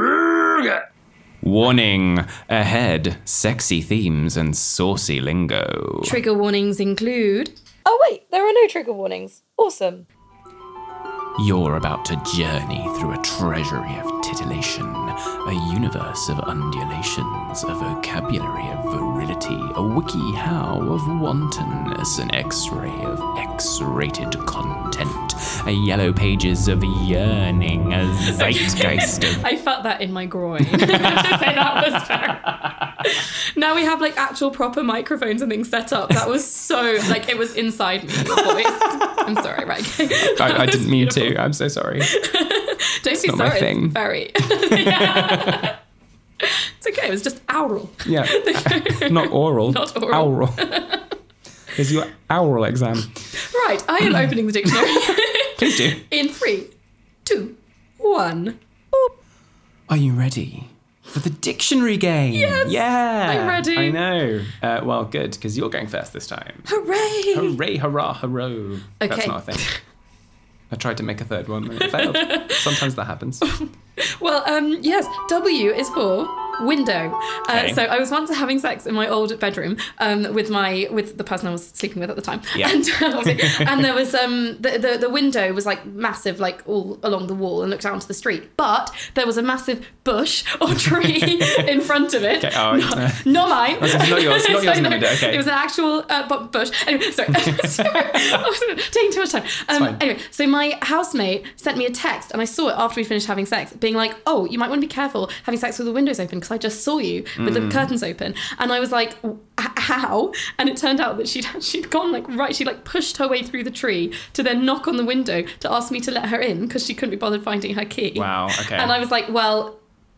Arrgh! Warning ahead, sexy themes and saucy lingo. Trigger warnings include. Oh, wait, there are no trigger warnings. Awesome. You're about to journey through a treasury of titillation, a universe of undulations, a vocabulary of virility, a wiki how of wantonness, an x ray of x rated content, a yellow pages of yearning, a zeitgeist of I felt that in my groin. So that was terrible. Now we have like actual proper microphones and things set up. That was so like it was inside me. Your voice. I'm sorry, right? That I, I was didn't mean beautiful. to. I'm so sorry. Don't be not my sorry. thing. It's very. it's okay. It was just aural. Yeah. Not oral. Not oral. Aural. Is your oral exam. Right. I am opening the dictionary Please do. in three, two, one. Are you ready for the dictionary game? Yes. Yeah. I'm ready. I know. Uh, well, good, because you're going first this time. Hooray! Hooray, hurrah, hurroh. That's Okay. not a thing. I tried to make a third one and it failed. Sometimes that Oh, happens. Well, um, yes, W is for window. Uh, Okay. So I was once having sex in my old bedroom um, with my with the person I was sleeping with at the time, Yeah. and uh, obviously- and there was um the, the the window was like massive, like all along the wall and looked out onto the street, but there was a massive bush or tree in front of it. Okay, oh, uh, not, not mine. it's not yours- not yours So, in the no, window, okay. It was an actual uh, bu- bush. Anyway, sorry, sorry. I'm taking too much time. fine. Um, anyway, so my housemate sent me a text, and I saw it after we finished having sex, being like, "Oh, you might want to be careful having sex with the windows open because I just saw you with Mm. the curtains open." And I was like, "Wh- h- "How?" And it turned out that she'd she'd gone like right, she like pushed her way through the tree to then knock on the window to ask me to let her in because she couldn't be bothered finding her key. Wow, okay. And I was like, "Well."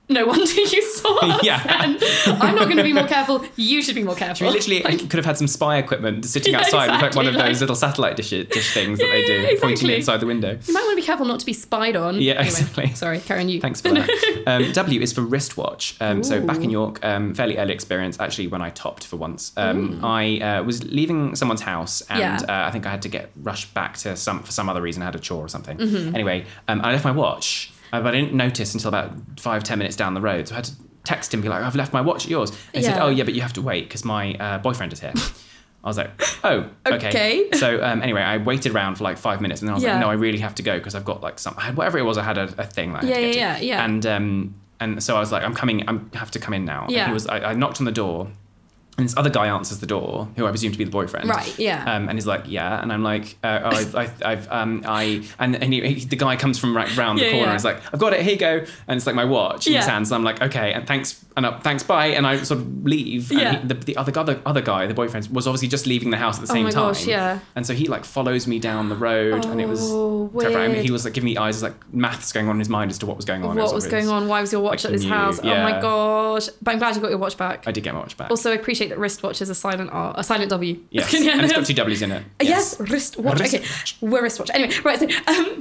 No wonder you saw us. Yeah. then. I'm not going to be more careful. You should be more careful. We literally Like- could have had some spy equipment sitting Yeah, outside with like one exactly, of like- those little satellite dish, dish things that they Yeah, do, yeah, pointing exactly. inside the window. You might want to be careful not to be spied on. Yeah, exactly. Sorry, Karen, you. Thanks for that. Um, w is for wristwatch. Um, so back in York, um, fairly early experience actually when I topped for once. Um, I uh, was leaving someone's house and Mm. Yeah. uh, I think I had to get rushed back to some for some other reason. I had a chore or something. Mm-hmm. Anyway, um, I left my watch, uh, but I didn't notice until about five ten minutes down the road. So I had to text him, be like, "I've left my watch at yours." And he said, Yeah. "Oh yeah, but you have to wait because my uh, boyfriend is here." I was like, "Oh, okay." Okay. So um, anyway, I waited around for like five minutes, and then I was Yeah. like, "No, I really have to go because I've got like some I had whatever it was. I had a, a thing like." I had Yeah, to yeah, get to. yeah, yeah. And um, and so I was like, I'm coming. I'm have to come in now. And Yeah. he was. I, I knocked on the door, and this other guy answers the door, who I presume to be the boyfriend. Right, yeah. Um, and he's like, yeah. And I'm like, uh, oh, I've, I've, I've, um, I, and, and he, he, the guy comes from right round the Yeah, corner. yeah. and He's like, I've got it. Here you go. And it's like my watch in his Yeah. hands. And I'm like, okay. And thanks. And uh, thanks. Bye. And I sort of leave. Yeah. And he, the, the other, other, other guy, the boyfriend, was obviously just leaving the house at the Oh same my time. gosh, yeah. And so he like follows me down the road, and it was Oh, terrifying. I mean, weird. he was like giving me eyes, like maths going on in his mind as to what was going on. It What was obvious. going on? Why was your watch Like at this the new- house? Oh yeah. my gosh. But I'm glad you got your watch back. I did get my watch back. also, I appreciate that wristwatch is a silent R, a silent W. yes, Yeah, and it's got that's- two W's in it. Yes, wristwatch. Okay, Wristwatch. we're wristwatch. Anyway, right. So um,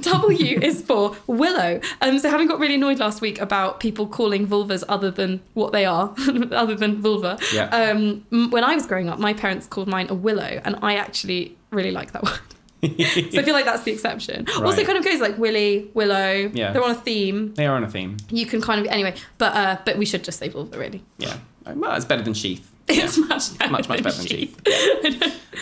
W is for willow. Um, so having got really annoyed last week about people calling vulvas other than what they are, other than vulva. Yeah. Um, m- when I was growing up, my parents called mine a willow, and I actually really like that one. so I feel like that's the exception. Also, Right. it kind of goes like Willy, Willow. Yeah. They're on a theme. They are on a theme. You can kind of anyway, but uh, but we should just say vulva really. Yeah, well, it's better than sheath. It's much better Much, much than better than sheath.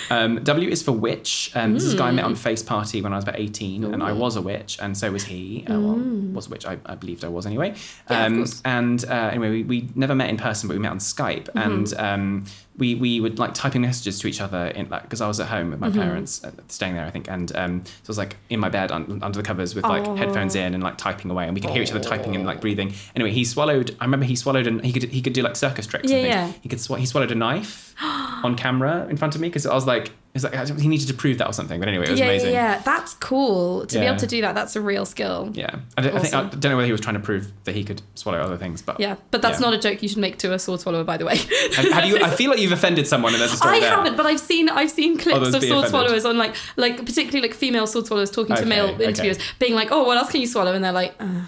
Um, w is for witch. Um, This is a guy I Hmm. met on Face Party when I was about 18, and I was a witch, and so was he. Uh, well, was a witch, I, I believed I was anyway. Hmm. Yeah, of Um, course. Mm-hmm. and uh, anyway, we, we never met in person, but we met on Skype, and um, we, we would like typing messages to each other in like because I was at home with my Mm-hmm. parents, uh, staying there, I think, and um, so I was like in my bed un- under the covers with like Oh. headphones in and like typing away, and we could hear each other typing and like breathing. Anyway, he swallowed. I remember he swallowed, and he could he could do like circus tricks. and Yeah, things. yeah. He could sw- he swallowed a knife on camera in front of me because I was like, it's like I don't- he needed to prove that or something. But anyway, it was yeah, amazing. yeah, yeah. That's cool to be Yeah. able to do that. That's a real skill. Yeah. I, don't- I think I Awesome. don't know whether he was trying to prove that he could swallow other things, but Yeah, but that's yeah. not a joke you should make to a sword swallower, by the way. Have, have you? I feel like you've offended someone, and there's a story I there. haven't, but I've seen I've seen clips Oh, those of be sword offended. swallowers on like like particularly like female sword swallowers talking Okay, to male okay. interviewers, being like, "Oh, what else can you swallow?" And they're like. Ugh.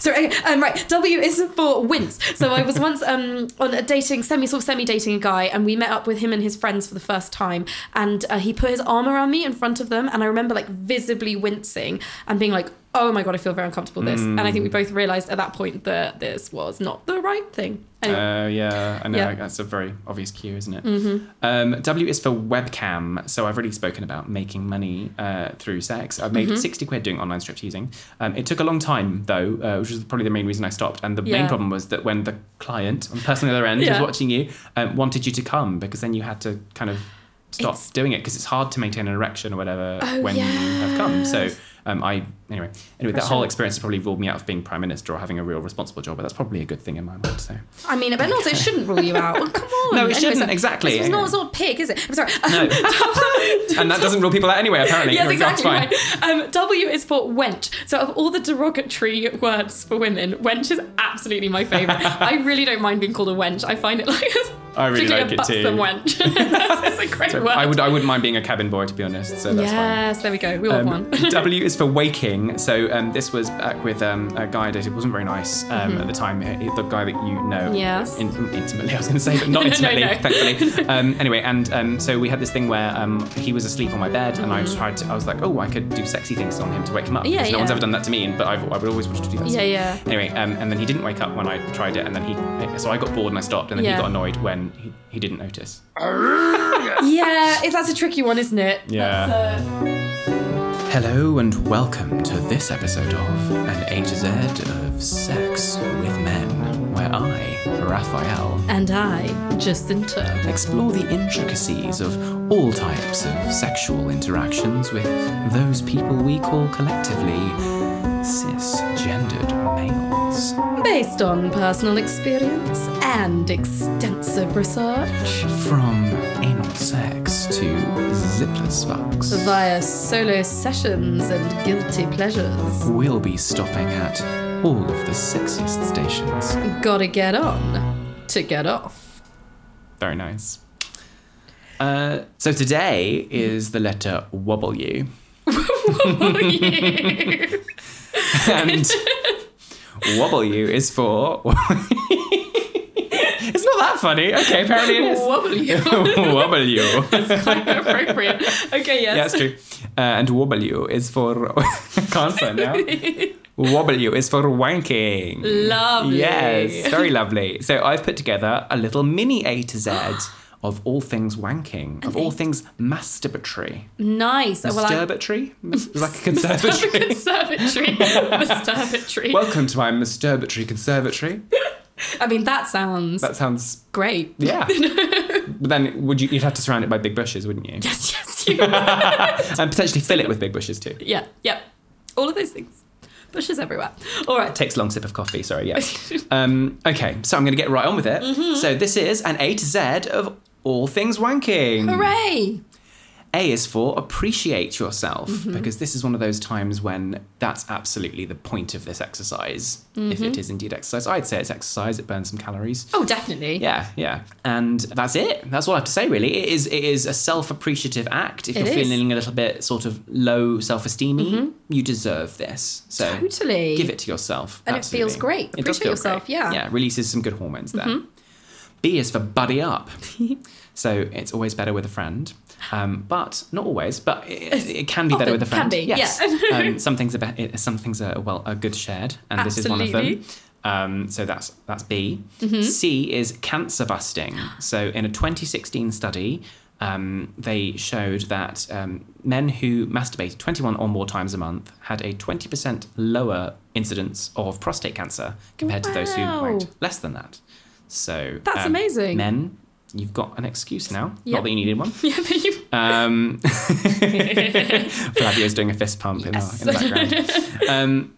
So okay, um, right, W is for wince. So I was once um, on a dating semi sort of semi dating a guy, and we met up with him and his friends for the first time, and uh, he put his arm around me in front of them, and I remember like visibly wincing and being like. oh my god, I feel very uncomfortable with this. Hmm. And I think we both realized at that point that this was not the right thing. Anyway, Uh, yeah, I know Yeah. that's a very obvious cue, isn't it? Mm-hmm. Um, w is for webcam. So I've already spoken about making money uh, through sex. I've Mm-hmm. made sixty quid doing online stripteasing. Um, it took a long time though, uh, which was probably the main reason I stopped. And the main Yeah. problem was that when the client, on the person on the other end, was Yeah. watching you, um, wanted you to come because then you had to kind of stop It's- doing it because it's hard to maintain an erection or whatever Oh, when you have come. So yes. um, I anyway, anyway, that Pressure. whole experience has probably ruled me out of being prime minister or having a real responsible job. But that's probably a good thing in my mind. So. I mean, but also it shouldn't rule you out. Come on, No, it Anyway, shouldn't, so- exactly. It's not, it's not pig, is it? I'm sorry. No. and that doesn't rule people out anyway, apparently. Yes, Well, that's exactly. Right. Um, w is for wench. So, of all the derogatory words for women, wench is absolutely my favourite. I really don't mind being called a wench. I find it like I really particularly like a it buxom too. wench. it's a great So word. I would I wouldn't mind being a cabin boy to be honest, so that's fine. yes, there we go. We all have Um, one. w is for waking. So um, this was back with um, a guy I dated. wasn't very nice um, at the time. He- The guy that you know Mm-hmm. Yes. in- intimately, I was going to say, but not No, no, intimately, no. thankfully. Um, anyway, and um, so we had this thing where um, he was asleep on my bed, and I tried to. I was like, oh, I could do sexy things on him to wake him up. Mm-hmm. Yeah, because No one's yeah. ever done that to me, and- but I've, I would always wish to do that. to Yeah, him. yeah. Anyway, um, and then he didn't wake up when I tried it, and then he. So I got bored and I stopped, and then Yeah. he got annoyed when he, he didn't notice. yeah, it's, that's a tricky one, isn't it? Yeah. Hello and welcome to this episode of An A to Z of Sex with Men, where I, Raphael, And I, Jacinta. explore the intricacies of all types of sexual interactions with those people we call collectively cisgendered males. Based on personal experience and extensive research From anal sex to zipless fucks. via solo sessions and guilty pleasures. We'll be stopping at all of the sexiest stations. Gotta get on to get off. Very nice. Uh, so today is the letter wobble you. and wobble you is for. it's not that funny. Okay, apparently it is. Wobbly. wobble you. Quite appropriate. Okay, Yeah, it's yes. true. Uh, and wobble you is for. can't say it now. Wobble you is for wanking. Lovely. Yes, very lovely. So I've put together a little mini A to Z of all things wanking, of all things masturbatory. Nice. Well, I- Masturbatory? Mas- like a Masturbatory. conservatory. Conservatory. Masturbatory. Welcome to my masturbatory conservatory. I mean, that sounds That sounds great. yeah. but then would you you'd have to surround it by big bushes, wouldn't you? Yes, yes, you are. And potentially fill it with big bushes too. Yeah, yeah. All of those things. Bushes everywhere. All right. Takes a long sip of coffee, sorry, yeah. um, okay, so I'm gonna get right on with it. Mm-hmm. So this is an A to Z of all things wanking. Hooray! A is for appreciate yourself Mm-hmm. because this is one of those times when that's absolutely the point of this exercise. If Mm-hmm. it is indeed exercise, I'd say it's exercise. It burns some calories. Oh, definitely. Yeah, yeah, and that's it. That's all I have to say. Really, it is it is a self appreciative act. If It you're is. Mm-hmm. feeling a little bit sort of low self esteem, you deserve this. So Totally. give it to yourself, And it feels great. It does Appreciate feel yourself, yeah. Mm-hmm. yeah, releases some good hormones there. B is for buddy up. So it's always better with a friend, um, but not always. But it, it can be better Often with a friend. can be, yes. yeah. um, some things are be- some things are well are good shared, and this is one of them. Absolutely. Mm-hmm. Um, so that's that's B. C is cancer busting. So in a 2016 study, um, they showed that um, men who masturbated 21 or more times a month had a 20% lower incidence of prostate cancer compared to those who Wow. wanked less than that. So um, That's amazing. Men, you've got an excuse now. Not Yep. that you needed one. Yeah, but you. Um, Flavio's doing a fist pump Yes. in, the, in the background. Um,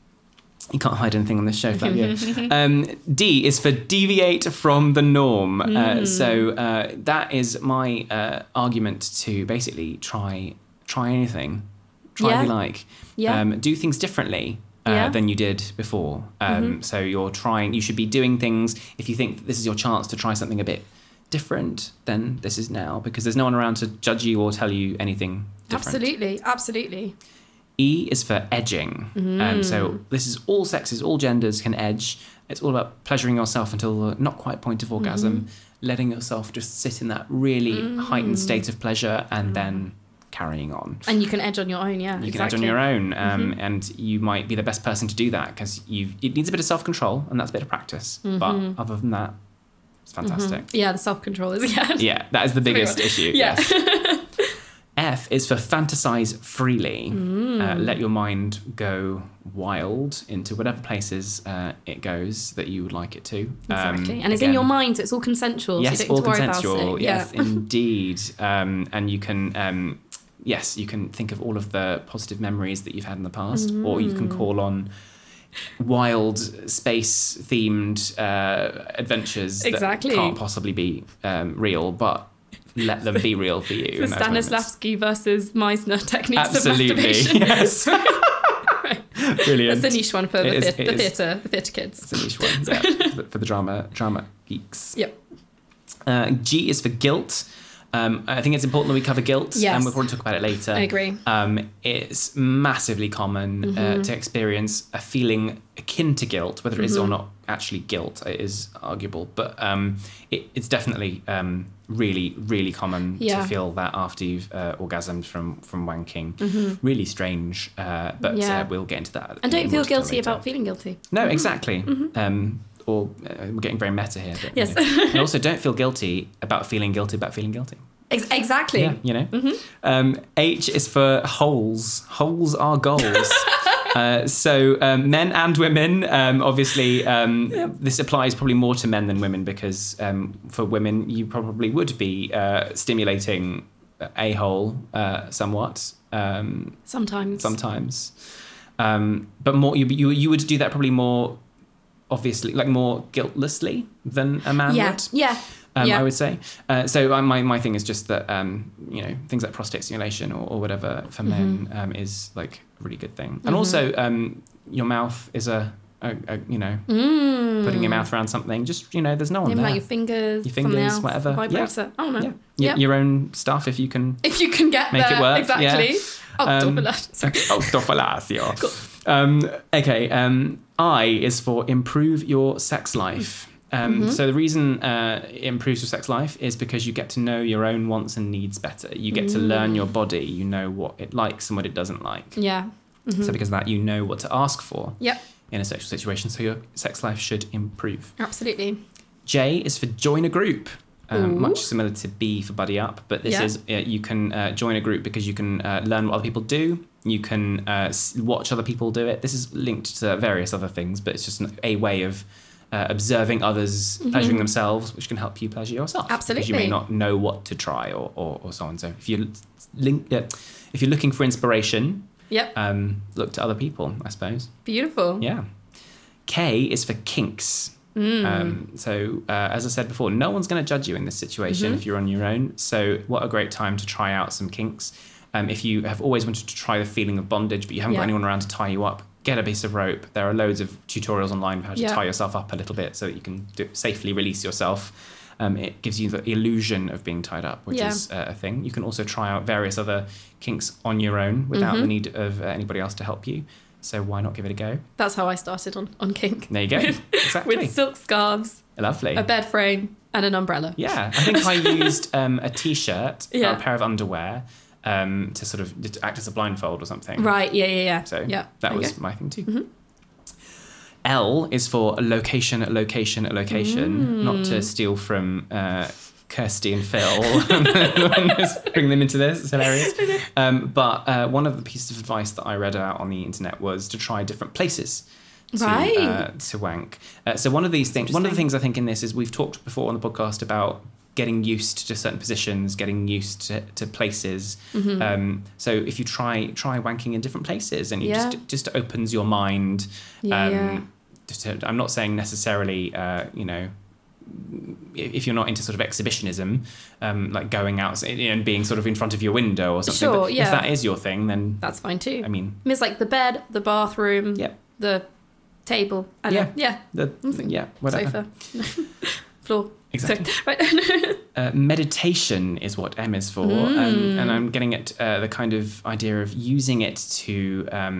you can't hide anything on this show, Flavio. um, D is for deviate from the norm. Hmm. Uh, so uh, that is my uh, argument to basically try try anything, try Yeah. if you like, Yeah. um, do things differently. Uh, Yeah. Mm-hmm. Than you did before. Um, So you're trying, you should be doing things. If you think that this is your chance to try something a bit different, then this is now because there's no one around to judge you or tell you anything different. Absolutely, absolutely. E is for edging. Um, so this is all sexes, all genders can edge. It's all about pleasuring yourself until the not quite point of orgasm, letting yourself just sit in that really heightened state of pleasure and then carrying on. And you can edge on your own, yeah. You can act on your own, um, and you might be the best person to do that because you it needs a bit of self control and that's a bit of practice. But other than that, it's fantastic. Yeah, the self control is yeah. Yeah, that is the biggest much. issue. Yeah. Yes. F is for fantasize freely. Uh, Mm. let your mind go wild into whatever places uh, it goes that you would like it to. Um, Exactly. and it's in your again, mind, so it's all consensual. Yes, so you all don't have to worry consensual. About it. Yes, Yeah. indeed. Um, and you can, um, yes, you can think of all of the positive memories that you've had in the past, or you Mm. can call on wild space themed uh, adventures Exactly. that can't possibly be um, real, but let them be real for you. The in those moments. Stanislavski versus Meisner techniques of Absolutely. masturbation. Yes. Brilliant. That's a niche one for the, It is- thea- it the is. theatre, the theatre kids. It's a niche one yeah, uh, for the- for the drama drama geeks. Yep. Uh, G is for guilt. Um, I think it's important that we cover guilt, Yes. and we'll probably talk about it later. I agree. Um, it's massively common Mm-hmm. uh, to experience a feeling akin to guilt, whether it is Mm-hmm. or not actually guilt. It is arguable, but um, it, it's definitely um, really, really common Yeah. to feel that after you've uh, orgasmed from from wanking. Really strange, uh, but Mm-hmm. Yeah. uh, we'll get into that. And in don't more feel detail guilty later. about feeling guilty. No, exactly. Um, or uh, we're getting very meta here. But, you Yes. know. and also, don't feel guilty about feeling guilty about feeling guilty. Ex- exactly. Yeah, you know. Um, H is for holes. Holes are goals. Uh, so um, men and women, um, obviously, um, this applies probably more to men than women because um, for women, you probably would be uh, stimulating a hole uh, somewhat. Um, Sometimes. sometimes. Um, but more you, you you would do that probably more obviously, like more guiltlessly than a man Yeah. would. Yeah. Um, yeah. I would say. Uh, so I, my my thing is just that um, you know things like prostate stimulation or, or whatever for Mm-hmm. men um, is like a really good thing. And also um, your mouth is a, a, a you know Mm. putting your mouth around something. Just you know, there's no one Yeah, there. like your fingers, Your something fingers, else, whatever. Vibrator. I don't know. yeah, Y- Yeah. your own stuff if you can If you can get Make it there. work, Exactly. yeah. Oh, Um, Doppler. Sorry. Autofalacio. um, okay, um, I is for improve your sex life. Um, So the reason uh, it improves your sex life is because you get to know your own wants and needs better. You get to learn your body. You know what it likes and what it doesn't like. Yeah. Mm-hmm. So because of that, you know what to ask for Yep. in a sexual situation. So your sex life should improve. Absolutely. J is for join a group. Um, Ooh. much similar to B for buddy up, but this Yeah. is uh, you can uh, join a group because you can uh, learn what other people do. You can uh, s- watch other people do it. This is linked to various other things, but it's just an, a way of uh, observing others pleasuring themselves, which can help you pleasure yourself. because you may Mm-hmm. Absolutely. not know what to try or, or, or so on. So if you l- link, uh, if you're looking for inspiration, Yep. um, look to other people, I suppose. Beautiful. Yeah. K is for kinks. Mm. Um, so, uh, as I said before, no one's going to judge you in this Mm-hmm. situation if you're on your own. So, what a great time to try out some kinks. Um, if you have always wanted to try the feeling of bondage, but you haven't got Yeah. anyone around to tie you up, get a piece of rope. There are loads of tutorials online for how to Yeah. tie yourself up a little bit so that you can do, safely release yourself. Um, it gives you the illusion of being tied up, which Yeah. is uh, a thing. You can also try out various other kinks on your own without Mm-hmm. the need of uh, anybody else to help you. So, why not give it a go? That's how I started on, on kink. There you go. Exactly. With silk scarves, Lovely. a bed frame, and an umbrella. Yeah, I think I used um, a t-shirt Yeah. or a pair of underwear um, to sort of to act as a blindfold or something. Right. Yeah. Yeah. Yeah. So yeah. that Okay. was my thing too. Mm-hmm. L is for location, location, location. Not Mm. to steal from uh, Kirsty and Phil. Just Bring them into this. It's hilarious. Um, but uh, one of the pieces of advice that I read out on the internet was to try different places. To, uh, Right. to wank. Uh, so one of these things, one of the things I think in this is we've talked before on the podcast about getting used to certain positions, getting used to, to places. Mm-hmm. Mm. Um, so if you try try wanking in different places, and you Yeah. just just opens your mind. um, Yeah, yeah. just to- I'm not saying necessarily, uh, you know, if if you're not into sort of exhibitionism, um, like going out and being sort of in front of your window or something. Sure, but If yeah. that is your thing, then That's fine too. I mean, It's like the bed, the bathroom, Yep. the table, and Yeah. yeah, yeah, the yeah, whatever. sofa, floor. Exactly. Sorry. Right. uh, meditation is what M is for, um, and Mm. I'm getting at uh, the kind of idea of using it to um,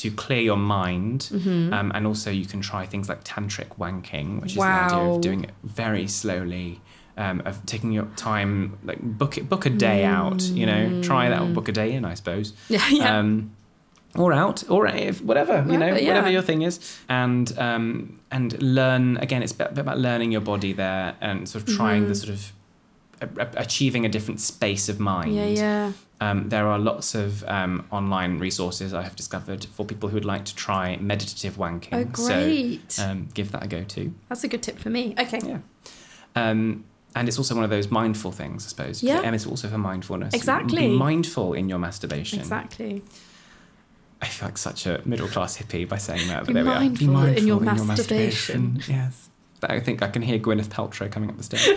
to clear your mind, Mm. um, and also you can try things like tantric wanking, which is the idea Wow. of doing it very slowly. um, of taking your time, like book it, book a day out. You know, try that or book a day in, I suppose. Yeah, yeah. Um, or out, or if whatever you know, Whatever, yeah. whatever your thing is, and um, and learn again. It's a bit about learning your body there, and sort of trying Mm-hmm. the sort of a- a- achieving a different space of mind. Yeah, yeah. Um, there are lots of um, online resources I have discovered for people who would like to try meditative wanking. Oh, great. So um, give that a go too. That's a good tip for me. Okay. Yeah. Um, and it's also one of those mindful things, I suppose. 'cause Yeah. M is also for mindfulness. Exactly. Be mindful in your masturbation. Exactly. I feel like such a middle class hippie by saying that, but Be there we are. mindful in your masturbation. Yes. But I think I can hear Gwyneth Paltrow coming up the stairs.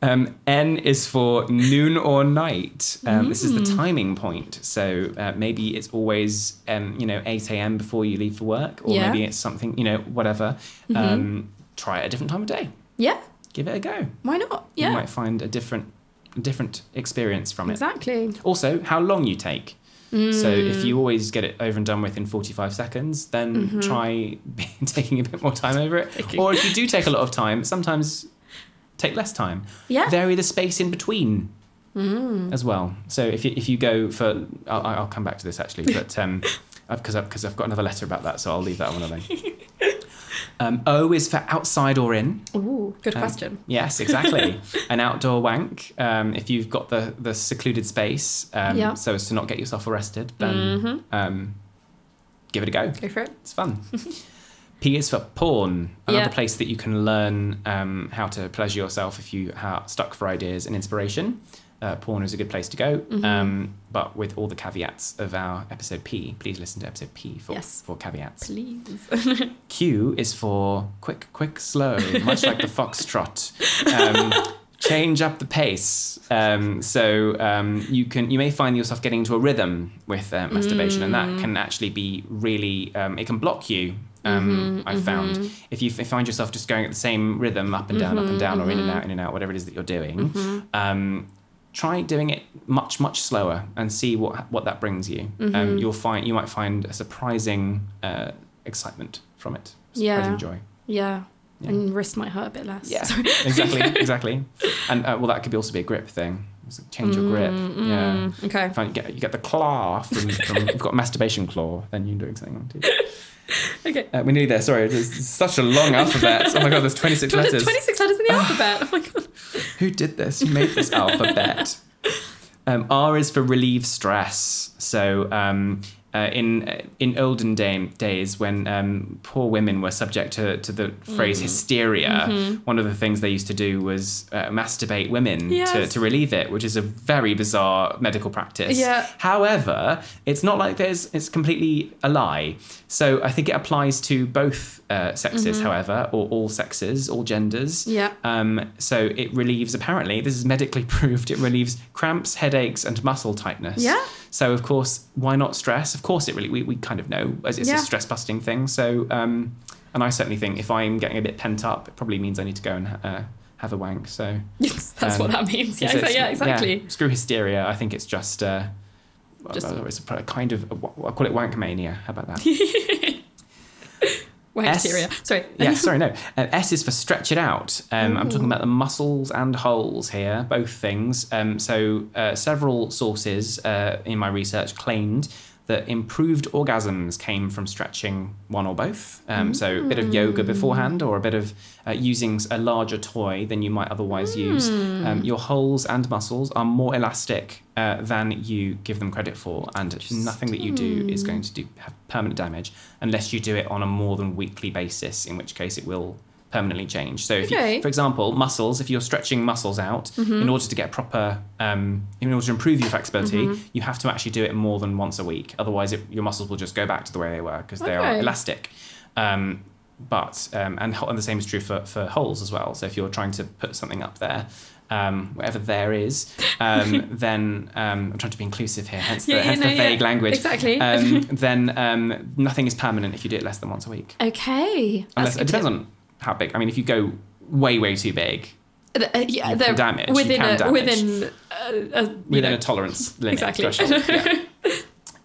um, N is for noon or night. Um, This is Hmm. the timing point. So uh, maybe it's always, um, you know, 8 a.m. before you leave for work, or Yeah. maybe it's something, you know, whatever. Mm-hmm. Um, try it a different time of day. Yeah. Give it a go. Why not? You Yeah. might find a different, different experience from it. Exactly. Mm. Also, how long you take. So if you always get it over and done with in 45 seconds, then Mm-hmm. try taking a bit more time over it. Taking- Or if you do take a lot of time, sometimes take less time. Yeah. Mm. Vary the space in between as well. So if you, if you go for, I'll, I'll come back to this actually, but um, because I've, 'cause I've got another letter about that, so I'll leave that one alone. Um, o is for outside or in. Ooh, good Um, question. Yes, exactly. An outdoor wank. Um, if you've got the the secluded space, um, Yeah. Mm. so as to not get yourself arrested, then Mm-hmm. um, give it a go. Go for it. It's fun. P is for porn. Another Yeah. place that you can learn um, how to pleasure yourself if you are stuck for ideas and inspiration. Uh, porn is a good place to go, Mm-hmm. um, but with all the caveats of our episode P, please listen to episode P for, Yes. for caveats. Please. Q is for quick, quick, slow, much like the foxtrot. Um, change up the pace. Um, so um, you can you may find yourself getting into a rhythm with uh, masturbation, and that can actually be really um, it can block you. Um, Mm-hmm, I've found if you f- find yourself just going at the same rhythm up and down, up and down, or in and out, in and out, whatever it is that you're doing, mm-hmm. um, try doing it much much slower and see what what that brings you. Um, you'll find you might find a surprising uh, excitement from it. Surprising Yeah. joy. Yeah. Yeah. And wrist might hurt a bit less. Yeah. Sorry. exactly. Exactly. And uh, well, that could be also be a grip thing. It's like Change your grip. Yeah. Mm, Okay. If I get, you get the claw from, from you've got masturbation claw, then you're doing something wrong too. Okay. Uh, we're nearly there. Sorry, there's such a long alphabet. Oh my god, there's 26 Twen- letters. Ah. 26 letters in the alphabet. Oh my god. Who did this? Who made this alphabet? Um, R is for relieve stress. So um, uh, in uh, in olden day, days, when um, poor women were subject to, to the phrase Mm. hysteria, Mm-hmm. one of the things they used to do was uh, masturbate women to, Yes. to relieve it, which is a very bizarre medical practice. Yeah. However, it's not like there's it's completely a lie. So I think it applies to both uh, sexes, Mm-hmm. however, or all sexes, all genders. Yeah. Um, so it relieves, apparently, this is medically proved, it relieves cramps, headaches, and muscle tightness. Yeah. So, of course, why not stress? Of course, it really, we, we kind of know as it's Yeah. a stress busting thing. So, um, and I certainly think if I'm getting a bit pent up, it probably means I need to go and uh, have a wank. So, Yes, that's Um, what that means. Yeah, so it's- exa- yeah, exactly. screw hysteria. I think it's just, uh, well, Just- it's a kind of, I call it wank mania. How about that? Wait, S- bacteria. Sorry. yeah, sorry, no. Uh, S is for stretch it out. Um, I'm talking about the muscles and holes here, both things. Um, so, uh, several sources uh, in my research claimed that improved orgasms came from stretching one or both. Um, So, a bit of yoga beforehand or a bit of uh, using a larger toy than you might otherwise use. Hmm. Um, your holes and muscles are more elastic uh, than you give them credit for, and nothing that you do Hmm. is going to do have permanent damage unless you do it on a more than weekly basis, in which case it will permanently change. So, if Okay. Mm-hmm. you, for example, muscles, if you're stretching muscles out in order to get proper, um, in order to improve your flexibility, Mm-hmm. you have to actually do it more than once a week. Otherwise, it, your muscles will just go back to the way they were because they are Okay. elastic. Um, but um, and, ho- and the same is true for, for holes as well. So if you're trying to put something up there, um, whatever there is, um, then um, I'm trying to be inclusive here, hence the, Yeah, yeah, hence the no, yeah. vague language. Exactly. Um, then um, nothing is permanent if you do it less than once a week. Okay. Unless That's it good depends on how big. I mean, if you go way way too big, tip. Uh, yeah, you they're can damage, you Within can a, damage. Within uh, a, a, you within know, a tolerance limit Exactly. threshold. yeah.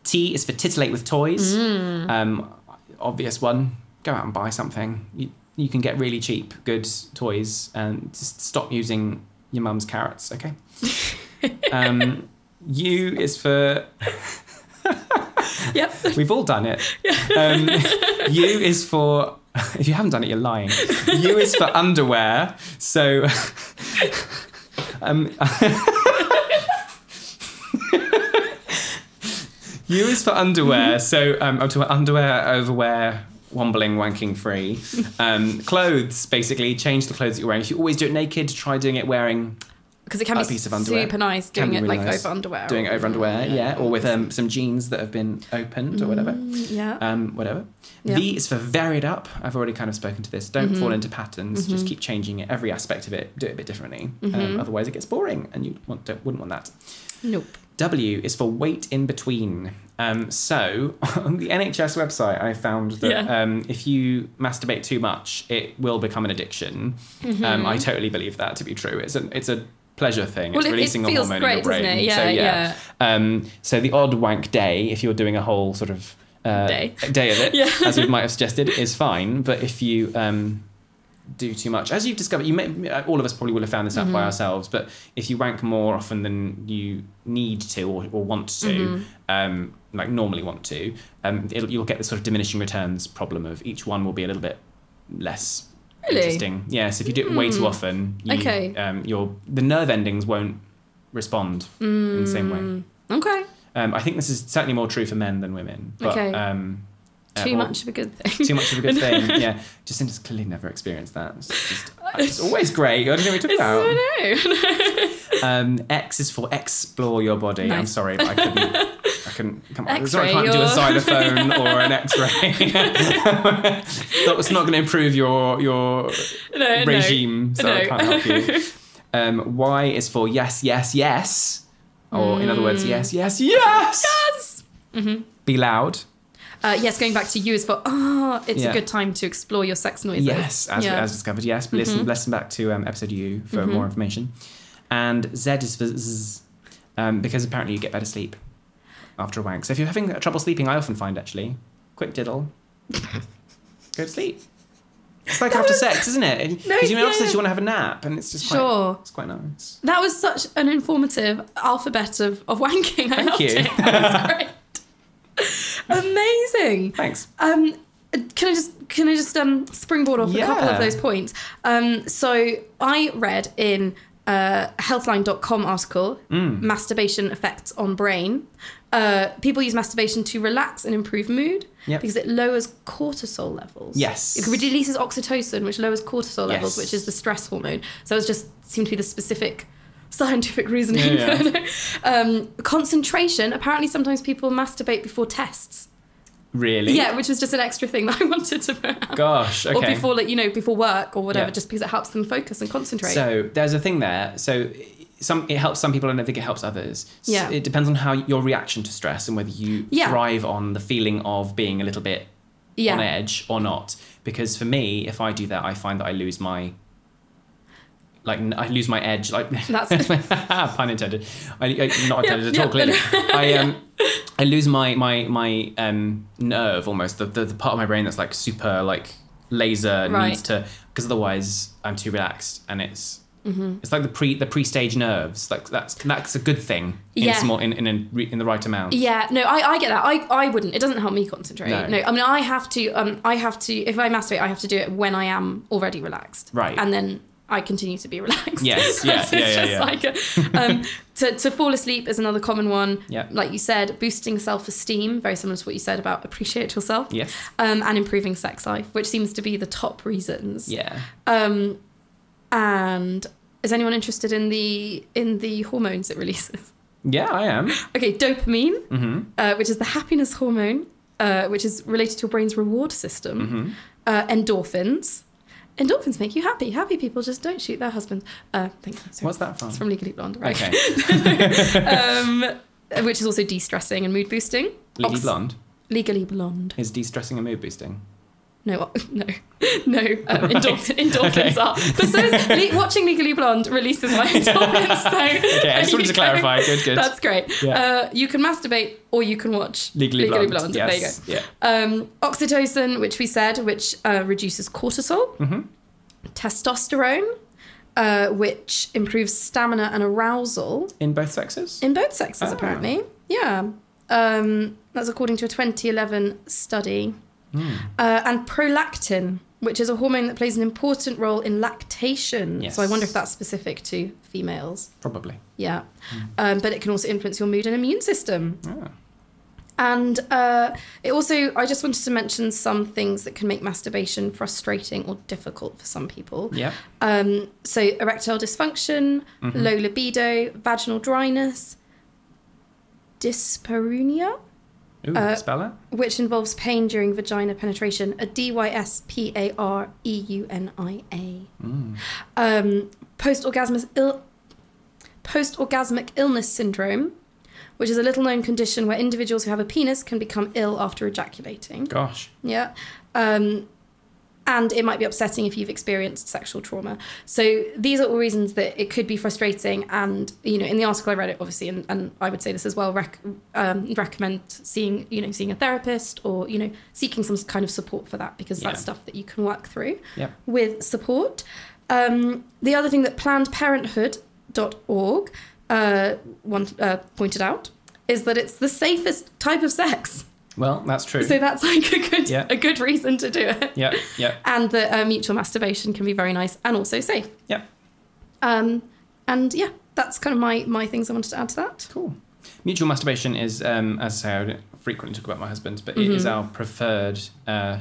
T Mm. is for titillate with toys. Um, obvious one. Go out and buy something. You, you can get really cheap, good toys, and just stop using your mum's carrots. Okay. um, U is for Yep. We've all done it. Um, U is for. If you haven't done it, you're lying. U is for underwear. So. Um, U is for underwear. So um, I'm talking about underwear, overwear, wombling, wanking free. Um, clothes, basically, change the clothes that you're wearing. If you always do it naked, try doing it wearing Because it can A be piece of underwear. super nice Can doing be it really like nice. over underwear. Mm, doing it over underwear, Oh, yeah, or with um, some jeans that have been opened or whatever Yeah. um, whatever. Yeah. Mm-hmm. V is for varied up. I've already kind of spoken to this. Don't fall into patterns. Just keep changing it. Every aspect of it, do it a bit differently. Mm-hmm. Um, otherwise, it gets boring, and you want, don't, wouldn't want that. nope. W is for wait in between. Um, so on the NHS website, I found that Yeah. um, if you masturbate too much, it will become an addiction. Um, Mm-hmm. I totally believe that to be true. It's a it's a pleasure thing. Well, it's it- it releasing a feels hormone in great, your brain. doesn't it? Yeah, so yeah. Um, so the odd wank day, if you're doing a whole sort of uh, Day. day of it, Yeah. as we might have suggested, is fine. But if you um, do too much. As you've discovered, you may, all of us probably will have found this out by Mm-hmm. ourselves. But if you wank more often than you need to or, or want to, Mm-hmm. um, like normally want to, um, it'll, you'll get this sort of diminishing returns problem of each one will be a little bit less Really? Hmm. interesting. Yeah, so if you do it way too often, you, Okay. um, your the nerve endings won't respond in the same way. Mm. Okay. Um, I think this is certainly more true for men than women. But, Okay. Um, uh, Too or- much of a good thing. too much of a good thing. Yeah, Jacinta's clearly never experienced that. It's, just, uh, it's always great. I don't know what you're It's talking about. so no. Um, X is for explore your body. I'm Nice. sorry, but I couldn't. I couldn't. Come on, it's not, I X-ray can't do a your- xylophone or an X-ray. that was not going to improve your your no, regime, so I No. can't help you. Um, y is for yes, yes, yes, or in other words, Mm. yes, yes, yes. Yes! Be loud. Uh, yes, going back to you is for ah, it's Yeah. a good time to explore your sex noises. Yes, as, Yeah. Mm-hmm. as discovered, yes. But listen, listen back to um, episode U for more information. And Z is for zzz, um, because apparently you get better sleep after a wank. So if you're having trouble sleeping, I often find actually, quick diddle, go to sleep. It's like after sex, isn't it? Because No, you know, after yeah. sex, you want to have a nap, and it's just Sure. quite, it's quite nice. That was such an informative alphabet of, of wanking. I Thank loved you. it. That was great. Amazing. Thanks. Um, can I just can I just um, springboard off Yeah. a couple of those points? Um, so I read in uh, healthline.com article Mm. masturbation effects on brain. Uh, people use masturbation to relax and improve mood Yep. because it lowers cortisol levels. Yes. it releases oxytocin, which lowers cortisol levels, Yes. which is the stress hormone. So it just seemed to be the specific scientific reasoning. Yeah, um, concentration. Apparently, sometimes people masturbate before tests. Really? Yeah, which was just an extra thing that I wanted to put out. Gosh. Okay. Or before, like you know, before work or whatever, Yeah. just because it helps them focus and concentrate. So there's a thing there. So some it helps some people, and I think it helps others. S- Yeah. it depends on how your reaction to stress and whether you Yeah. thrive on the feeling of being a little bit yeah, on edge or not. Because for me, if I do that, I find that I lose my like n- I lose my edge. Like That's- pun intended. I, I- not Yeah, intended at yeah, all. Clearly, I um. I lose my my my um, nerve almost the, the the part of my brain that's like super like laser Right. needs to because otherwise I'm too relaxed and it's Mm-hmm. it's like the pre the pre stage nerves like that's that's a good thing in Yeah. small in in, a, re- in the right amount yeah. No, I, I get that. I, I wouldn't. It doesn't help me concentrate. No. No. I mean I have to. Um, I have to. If I masturbate, I have to do it when I am already relaxed. Right. And then I continue to be relaxed. Yes, yeah, So it's yeah, just yeah, like a, um, to to fall asleep is another common one. Yep. Like you said, boosting self esteem, very similar to what you said about appreciate yourself. yes Um, and improving sex life, which seems to be the top reasons. yeah Um, and is anyone interested in the in the hormones it releases? yeah I am Okay, dopamine, hmm uh, which is the happiness hormone, uh, which is related to your brain's reward system. Mm-hmm. Uh, endorphins. Endorphins make you happy. Happy people just don't shoot their husbands. Uh, thank you. Sorry. what's that from, It's from Legally Blonde, right? okay um, which is also de-stressing and mood boosting. Lady Ox- Blonde Legally Blonde. is de-stressing and mood boosting No, no, no. Um, endorphin, endorphins Okay. are. But so is le- watching Legally Blonde releases my endorphins. So okay, I just wanted to clarify. Good, good. That's great. Yeah. Uh, you can masturbate or you can watch Legally, Blonde. blonde. Yes. There you go. Um, oxytocin, which we said, which uh, reduces cortisol. Mm-hmm. Testosterone, uh, which improves stamina and arousal. Yeah. In both sexes. In both sexes, Ah. apparently. Yeah. Um, that's according to a 2011 study. Hmm. Uh, and prolactin, which is a hormone that plays an important role in lactation. Yes. So I wonder if that's specific to females. Probably. Yeah. Hmm. Um, but it can also influence your mood and immune system. Ah. And uh, it also, I just wanted to mention some things that can make masturbation frustrating or difficult for some people. Yeah. Mm-hmm. Um, so erectile dysfunction, low libido, vaginal dryness, dyspareunia, Ooh, Uh, spell it. which involves pain during vagina penetration, a D Y S P A R E U N I A. Hmm. Um, post-orgasmic Ill- post-orgasmic illness syndrome, which is a little-known condition where individuals who have a penis can become ill after ejaculating. Gosh. Yeah. Um, and it might be upsetting if you've experienced sexual trauma. So these are all reasons that it could be frustrating. And, you know, in the article I read it, obviously, and, and I would say this as well, rec- um, recommend seeing, you know, seeing a therapist or, you know, seeking some kind of support for that because Yeah. that's stuff that you can work through Yep. with support. Um, the other thing that Planned Parenthood.org uh, one, uh, pointed out is that it's the safest type of sex. Well, that's true. So that's like a good Yeah. a good reason to do it. yeah. Yeah. And that uh, mutual masturbation can be very nice and also safe. Yeah. Um, and yeah, that's kind of my my things I wanted to add to that. Cool. Mutual masturbation is, um, as I say, I don't frequently talk about my husband, but it is Mm-hmm. our preferred uh,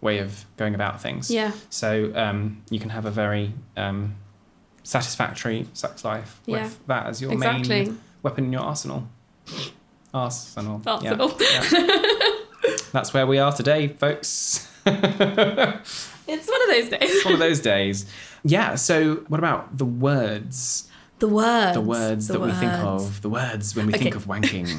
way of going about things. Yeah. So um, you can have a very um, satisfactory sex life with Yeah. that as your Exactly. main weapon in your arsenal. Arsenal. yeah, Arsenal. yeah. That's where we are today, folks. it's It's one of those days. one of those days. Yeah. So what about the words? The words. the words that we think of, the words when we think Okay. of wanking,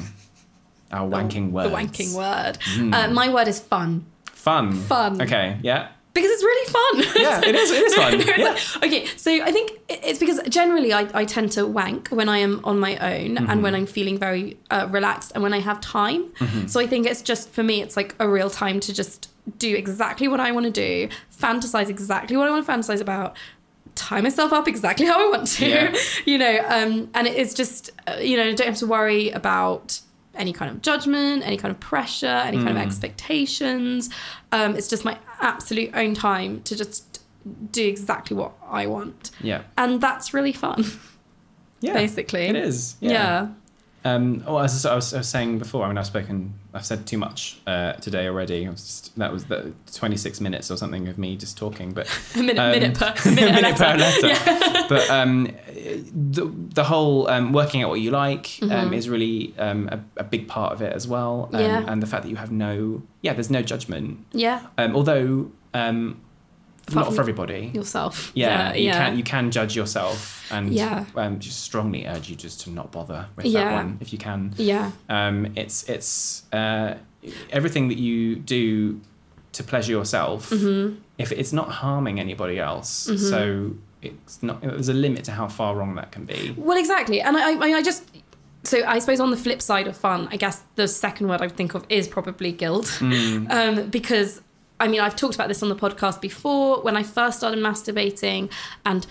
our wanking The words. Hmm. wanking word. Uh, my word is fun Fun. Fun. Okay. Yeah. because it's really fun. Yeah. It is. It is fun. No, it's yeah. like- okay, so I think it- it's because generally I, I tend to wank when I am on my own and Mm-hmm. when I'm feeling very uh, relaxed and when I have time. So I think it's just for me, it's like a real time to just do exactly what I want to do, fantasize exactly what I want to fantasize about, tie myself up exactly how I want to, Yeah. you know, um, and it's just, uh, you know, I don't have to worry about any kind of judgment, any kind of pressure, any kind of expectations. Um, it's just my absolute own time to just do exactly what I want. Yeah. And that's really fun, Yeah. basically. It is. Yeah. Um, well, as I was, I was saying before, I mean, I've spoken, I've said too much uh, today already. I was just, that was the 26 minutes or something of me just talking, but A minute, Um, minute per minute, minute letter. per letter. but um, the, the whole um, working out what you like um, is really um, a, a big part of it as well. Um, Mm-hmm. Yeah. And the fact that you have no, yeah, there's no judgment. Yeah. Um, although, um, Apart not from for everybody. Yourself. Yeah, you can you can judge yourself, and Yeah. um, just strongly urge you just to not bother with that Yeah. one if you can. yeah. Um, it's it's uh, everything that you do to pleasure yourself. If it's not harming anybody else, so it's not. There's a limit to how far wrong that can be. Well, exactly. And I, I, I just. So I suppose on the flip side of fun, I guess the second word I would think of is probably guilt, um, because I mean I've talked about this on the podcast before. When I first started masturbating, and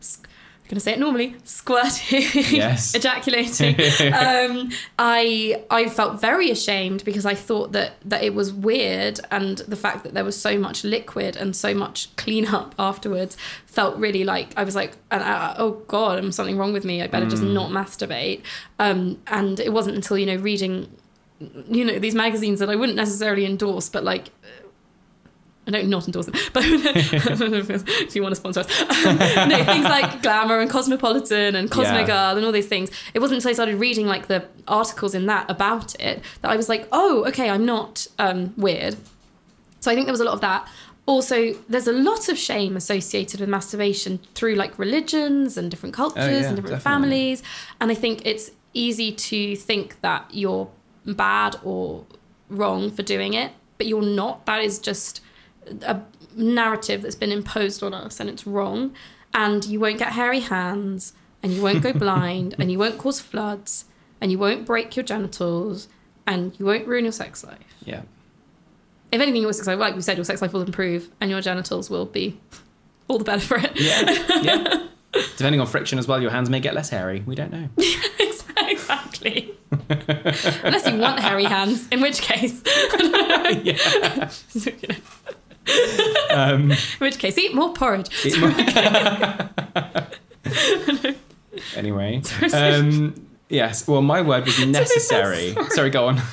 sq- I'm going to say it normally, squirting, Yes. ejaculating, um, I I felt very ashamed because I thought that that it was weird, and the fact that there was so much liquid and so much cleanup afterwards felt really like I was like, and I- I- oh god, I'm something wrong with me. I better just not masturbate. Um, and it wasn't until you know reading, you know, these magazines that I wouldn't necessarily endorse, but like. I don't not endorse them, but if you want to sponsor us, no things like Glamour and Cosmopolitan and Cosmogirl and all these things. It wasn't until I started reading like the articles in that about it that I was like, oh, okay, I'm not um, weird. So I think there was a lot of that. Also, there's a lot of shame associated with masturbation through like religions and different cultures Oh, yeah, and different definitely. families. And I think it's easy to think that you're bad or wrong for doing it, but you're not. That is just a narrative that's been imposed on us and it's wrong and you won't get hairy hands and you won't go blind and you won't cause floods and you won't break your genitals and you won't ruin your sex life Yeah. if anything your sex life like we said your sex life will improve and your genitals will be all the better for it Yeah. Yeah. Depending on friction as well, your hands may get less hairy. We don't know. exactly unless you want hairy hands in which case yeah. in Um, which case eat more porridge Eat more- anyway. Um, yes. Well, my word was necessary. sorry. Sorry, go on.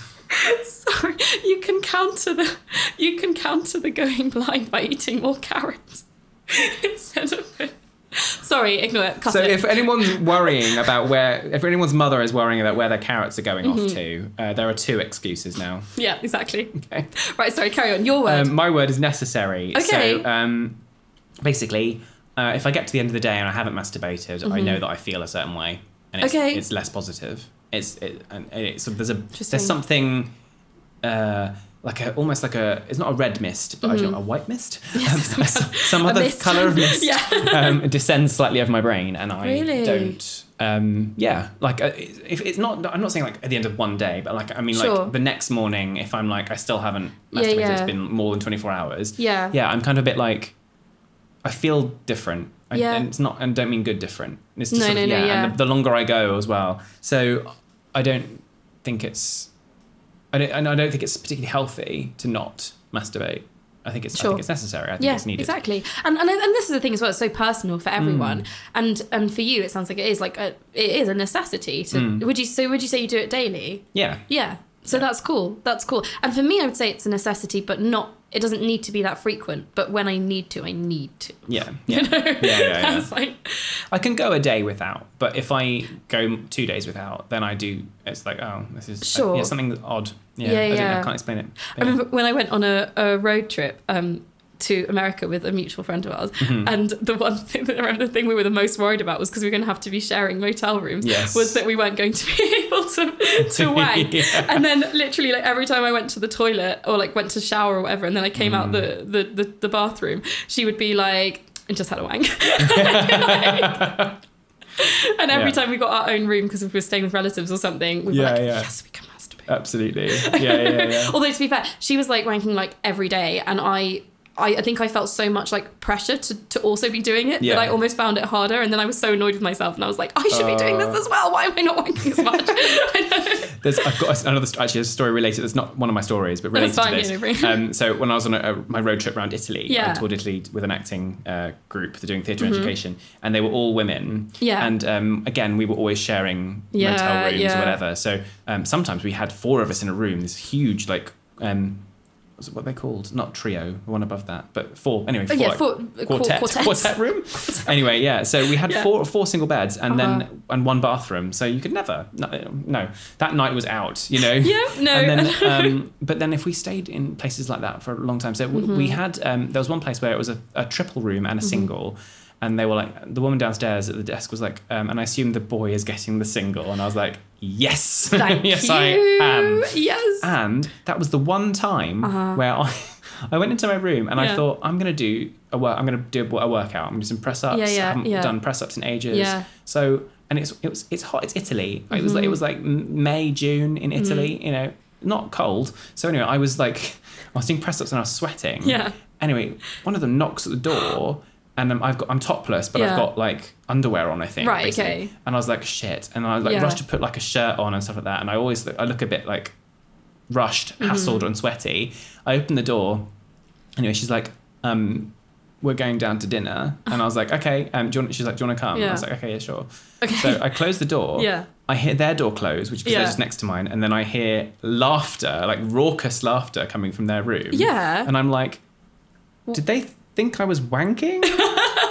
Sorry, you can counter the you can counter the going blind by eating more carrots instead of. Sorry, ignore it. Cut So it. if anyone's worrying about where, if anyone's mother is worrying about where their carrots are going Mm-hmm. off to, uh, there are two excuses now. yeah, exactly. Okay. Right, sorry. Carry on. Your word. Um, my word is necessary. Okay. So, um, basically, uh, if I get to the end of the day and I haven't masturbated, I know that I feel a certain way, and it's, Mm-hmm. Okay. it's less positive. It's it, and and it's there's a Interesting. there's something. Uh, like a almost like a it's not a red mist but I don't, a white mist Mm-hmm. Yes, Um, some some, a other mist. color of mist Yeah. um, descends slightly over my brain and I Really? don't um, yeah like uh, if it's not I'm not saying like at the end of one day but like I mean Sure. like the next morning if I'm like I still haven't Yeah, masturbated it's yeah. been more than 24 hours Yeah. yeah i'm kind of a bit like i feel different I, Yeah. and it's not and don't mean good different it's just No, sort of, no, yeah, no, yeah. and the, the longer i go as well so i don't think it's i don't and i don't think it's particularly healthy to not masturbate i think it's i Sure. think it's necessary i think yeah, it's needed exactly. And, and and this is the thing as well. It's so personal for Hmm. everyone, and and for you, it sounds like it is like a, it is a necessity. To would you so would you say you do it daily? Hmm. yeah Yeah. So that's cool. That's cool. And for me, I would say it's a necessity, but not. It doesn't need to be that frequent. But when I need to, I need to. yeah yeah You know? yeah, yeah. That's like, i can go a day without but if i go two days without then i do it's like oh this is Sure. yeah, something that's odd yeah, Yeah, I, don't, know, yeah. I can't explain it I remember when I went on a, a road trip um, to America with a mutual friend of ours, Mm-hmm. and the one thing that I remember the thing we were the most worried about was because we were going to have to be sharing motel rooms. Yes. Was that we weren't going to be able to to wank. Yeah. And then literally, like every time I went to the toilet or like went to shower or whatever, and then I came out the, Mm. the the the bathroom, she would be like. And just had a wank. and every Yeah. time we got our own room because if we were staying with relatives or something, we Yeah, were like, yeah. "Yes, we can masturbate." absolutely yeah yeah yeah Although to be fair, she was like wanking like every day, and I. I, I think I felt so much like pressure to, to also be doing it Yeah. that I almost found it harder. And then I was so annoyed with myself, and I was like, I should be doing this Uh. as well. Why am I not wanking as much? I know. There's, I've got another st- actually a story related. It's not one of my stories, but related That's fine, to yeah, no this. problem. um, so when I was on a, a- my road trip around Italy, Yeah. Mm-hmm. I toured Italy with an acting uh, group. They're doing theatre education, and they were all women. Yeah. And um, again, we were always sharing Yeah, motel rooms yeah. or whatever. So um, sometimes we had four of us in a room. This huge like. Um, what's it- what are they called? Not trio, the one above that, but four. Anyway, four, Oh, yeah, like, four- quartet, quartet. quartet room. anyway, yeah. So we had Yeah. four four single beds and Uh-huh. then and one bathroom. So you could never no, no. that night was out. You know. Yeah, no. And then, um, but then if we stayed in places like that for a long time, so w we Mm-hmm. had um, there was one place where it was a, a triple room and a single. And they were like, the woman downstairs at the desk was like, um, and I assume the boy is getting the single. And I was like, yes, Thank yes, you. I am. Yes. Uh-huh. And that was the one time where I, I went into my room and Yeah. I thought I'm gonna do a work. I'm gonna do a, a workout. I'm gonna do some press ups. Yeah, yeah, I haven't yeah. done press ups in ages. Yeah. Mm-hmm. So and it's it was it's hot. It's Italy. It was like it was like M- May June in Mm. Italy. You know, not cold. So anyway, I was like I was doing press ups and I was sweating. Yeah. Anyway, one of them knocks at the door. And um, I've got I'm topless, but Yeah. I've got like underwear on, I think. Right, basically. okay. And I was like, shit. And I like Yeah. rushed to put like a shirt on and stuff like that. And I always look, I look a bit like rushed, Mm-hmm. hassled, and sweaty. I opened the door. Anyway, she's like, um, "We're going down to dinner," and I was like, "Okay." Um, do you want, she's like, "Do you want to come?" And I was Yeah. like, "Okay, yeah, sure." Okay. So I close the door. Yeah. I hear their door close, which because Yeah. they're just next to mine, and then I hear laughter, like raucous laughter, coming from their room. Yeah. And I'm like, "Did they think I was wanking?"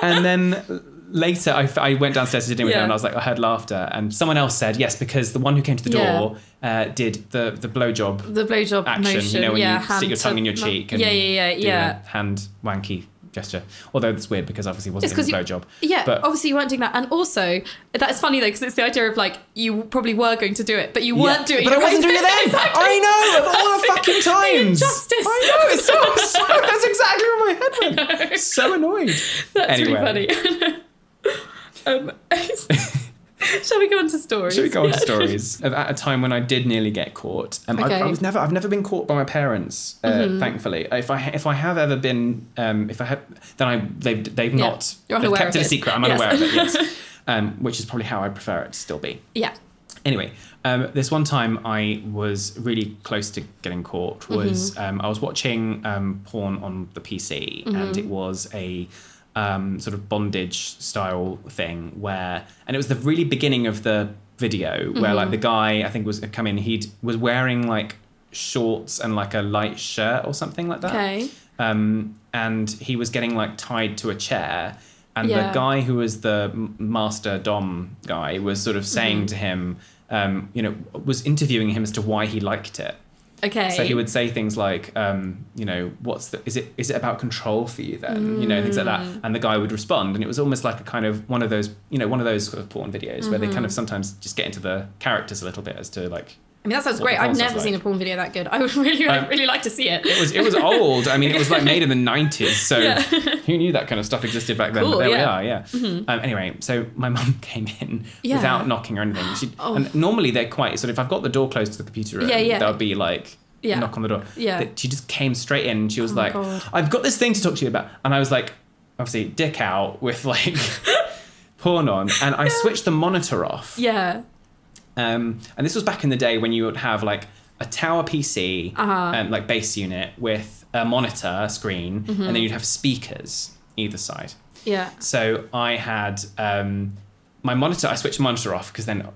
and then. Later, I, f- I went downstairs to dinner with Yeah. her, and I was like, I heard laughter, and someone else said yes because the one who came to the Yeah. door uh, did the the blowjob the blowjob action. motion. you know, when yeah, you stick hand your to tongue in your mouth. cheek and yeah, yeah, yeah, do yeah. a hand wanky gesture. Although it's weird because obviously it wasn't It's doing a 'cause you- blowjob. Yeah, but obviously you weren't doing that, and also that's funny though because it's the idea of like you probably were going to do it, but you weren't doing But it. I wasn't doing it then. Exactly. I know of all the That's fucking it. times. injustice. I know. It's so, so that's exactly where my head went. So annoyed. That's Anyway. really funny. um, shall we go on to stories? Should we go on to stories of at a time when I did nearly get caught? Um, Okay. Mm-hmm. I, I was never. I've never been caught by my parents, uh, thankfully. If I if I have ever been, um, if I have, then I they've they've Yeah. not. You're they've unaware kept of it a it. secret. I'm Yes. unaware of it. Yes. Um, which is probably how I prefer it to still be. Yeah. Anyway, um, this one time I was really close to getting caught. Was um, I was watching um, porn on the PC, and it was a um, sort of bondage style thing where, and it was the really beginning of the video where like the guy I think was come in. He was wearing like shorts and like a light shirt or something like that Okay. um, and he was getting like tied to a chair and Yeah. the guy who was the m- master dom guy was sort of saying to him um, you know was interviewing him as to why he liked it Okay. so he would say things like, um, you know, what's the, is it, is it about control for you then? You know, things like that. And the guy would respond. And it was almost like a kind of one of those, you know, one of those sort of porn videos where they kind of sometimes just get into the characters a little bit as to like, I mean, that sounds what the great. I've porn sounds never seen a like. porn video that good. I would really, Um, really like to see it. it was, it was old. I mean, it was like made in the 90s. So Yeah. who knew that kind of stuff existed back then? Cool, but there yeah. Mm-hmm. we are, yeah. Um, anyway, so my mum came in Yeah. without knocking or anything. She, Oh. And normally they're quite sort of, if I've got the door closed to the computer room, Yeah, yeah. there'll be like, Yeah. knock on the door. Yeah. But She just came straight in and she was Oh my like, God. I've got this thing to talk to you about. And I was like, obviously, dick out with like porn on. And I switched the monitor off. yeah. Um, and this was back in the day when you would have like a tower PC, Uh-huh. um, like base unit, with a monitor screen, Mm-hmm. and then you'd have speakers either side. Yeah. So I had um, my monitor. I switched the monitor off because then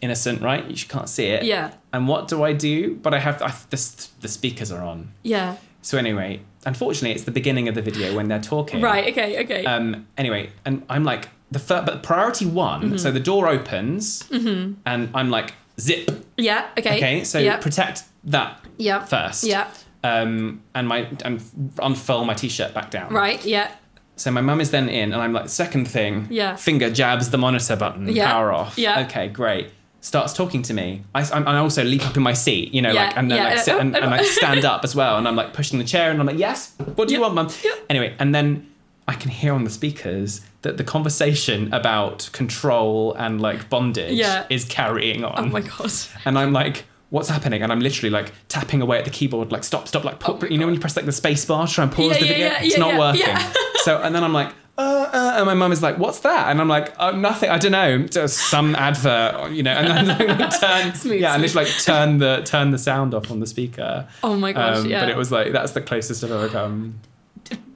innocent, right? You can't see it. Yeah. And what do I do? But I have I, the, the speakers are on. Yeah. So anyway, unfortunately, it's the beginning of the video when they're talking. Right. Okay. Okay. Um, anyway, and I'm like the fir- but priority one. Mm-hmm. So the door opens, and I'm like zip. yeah. Okay. Okay, so yeah. protect that yeah. first. Yeah. Um, and my and unfurl my t-shirt back down. Right. Yeah. So my mum is then in, and I'm like second thing. Yeah. Finger jabs the monitor button. Yeah. Power off. Yeah. Okay, great. Starts talking to me. I am I also leap up in my seat. You know, Yeah, like and then yeah, like sit oh, and, oh. and like stand up as well, and I'm like pushing the chair, and I'm like, yes. What do you Yeah, want, mum? yeah. Anyway, and then. I can hear on the speakers that the conversation about control and like bondage Yeah. is carrying on Oh my god. and I'm like, what's happening? And I'm literally like tapping away at the keyboard, like stop, stop, like put, Oh my you know when you press like the space bar, to try and pause Yeah, the yeah, video, yeah, it's yeah, not yeah, working. yeah. so and then I'm like. Uh, uh, and my mum is like, "What's that?" And I'm like, "Oh, nothing. I don't know. Just some advert, you know." And then like, turn, Smooth, yeah, and smooth. literally like turn the turn the sound off on the speaker. Oh my gosh. yeah. Um, But it was like that's the closest I've ever come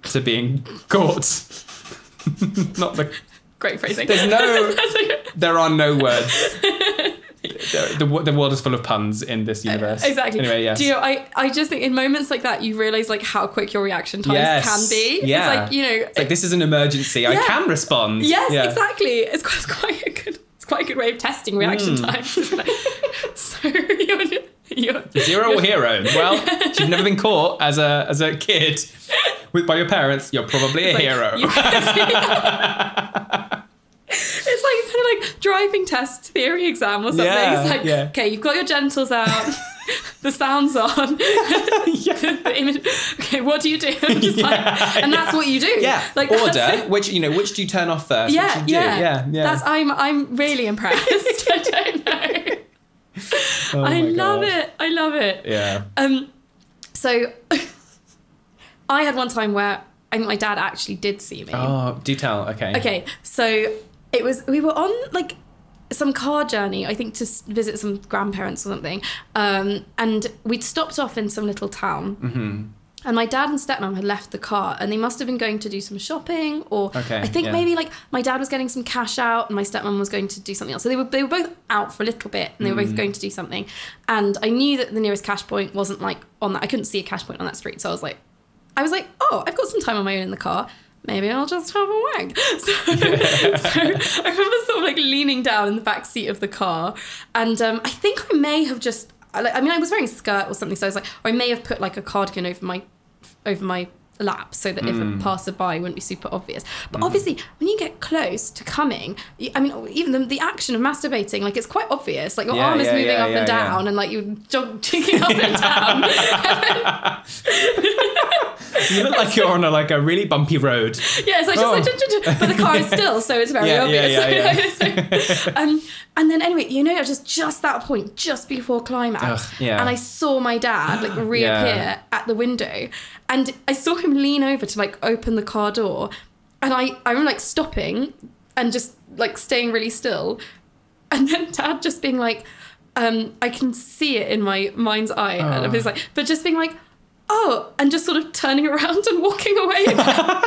to being caught. Not the. great phrasing. There's no. That's okay. There are no words. the, the, wo- the world is full of puns in this universe. Uh, Exactly. Anyway, yes. Do you know, I, I just think in moments like that, you realize like how quick your reaction times Yes. can be. Yeah. It's like, you know, It's like this is an emergency. I Yeah. can respond. yes, Yeah. exactly. It's quite, it's quite a good, it's quite a good way of testing reaction Hmm. times. isn't it? so you're, you're, Zero hero. Well, if you've never been caught as a as a kid with by your parents, you're probably a It's like, hero. you- it's like kind of like driving test theory exam or something. Yeah, it's like, yeah. okay, you've got your gentles out, the sound's on, yeah. the image. Okay, what do you do? It's like- Yeah, and that's what you do. Yeah. Like Order. that's- Which you know, which do you turn off first? yeah, which you do. yeah, yeah, yeah. That's I'm I'm really impressed. I don't know. Oh I my love God. it. I love it. Yeah. Um, so I had one time where I think my dad actually did see me. Oh, do tell. Okay. Okay, so it was we were on like some car journey, I think to s- visit some grandparents or something, um, and we'd stopped off in some little town. Mm-hmm. And my dad and stepmom had left the car, and they must have been going to do some shopping, or Okay, I think yeah. maybe like my dad was getting some cash out, and my stepmom was going to do something else. So they were they were both out for a little bit, and they Mm. were both going to do something. And I knew that the nearest cash point wasn't like on that. I couldn't see a cash point on that street, so I was like, I was like, oh, I've got some time on my own in the car. Maybe I'll just have a wank. So, so I remember sort of like leaning down in the back seat of the car, and um, I think I may have just, I like- I mean, I was wearing a skirt or something, so I was like, or I may have put like a cardigan over my, over my lap so that if Hmm. a passerby wouldn't be super obvious. But obviously, when you get close to coming, you, I mean, even the, the action of masturbating, like it's quite obvious. Like your Yeah, arm is yeah, moving yeah, up yeah, and yeah. down, and like you're jog- jigging up and down. You look like you're on a like a really bumpy road. Yeah, so I just Oh. like, "Tch, tch, tch," but the car is still, so it's very Yeah, yeah, obvious. yeah, So- um, and then anyway, you know, just just that point, just before climax, Ugh, yeah. and I saw my dad like reappear at the window, and I saw him lean over to like open the car door, and I I remember like stopping and just like staying really still, and then dad just being like, um, I can see it in my mind's eye, and I Oh. was like, but just being like. Oh, and just sort of turning around and walking away again.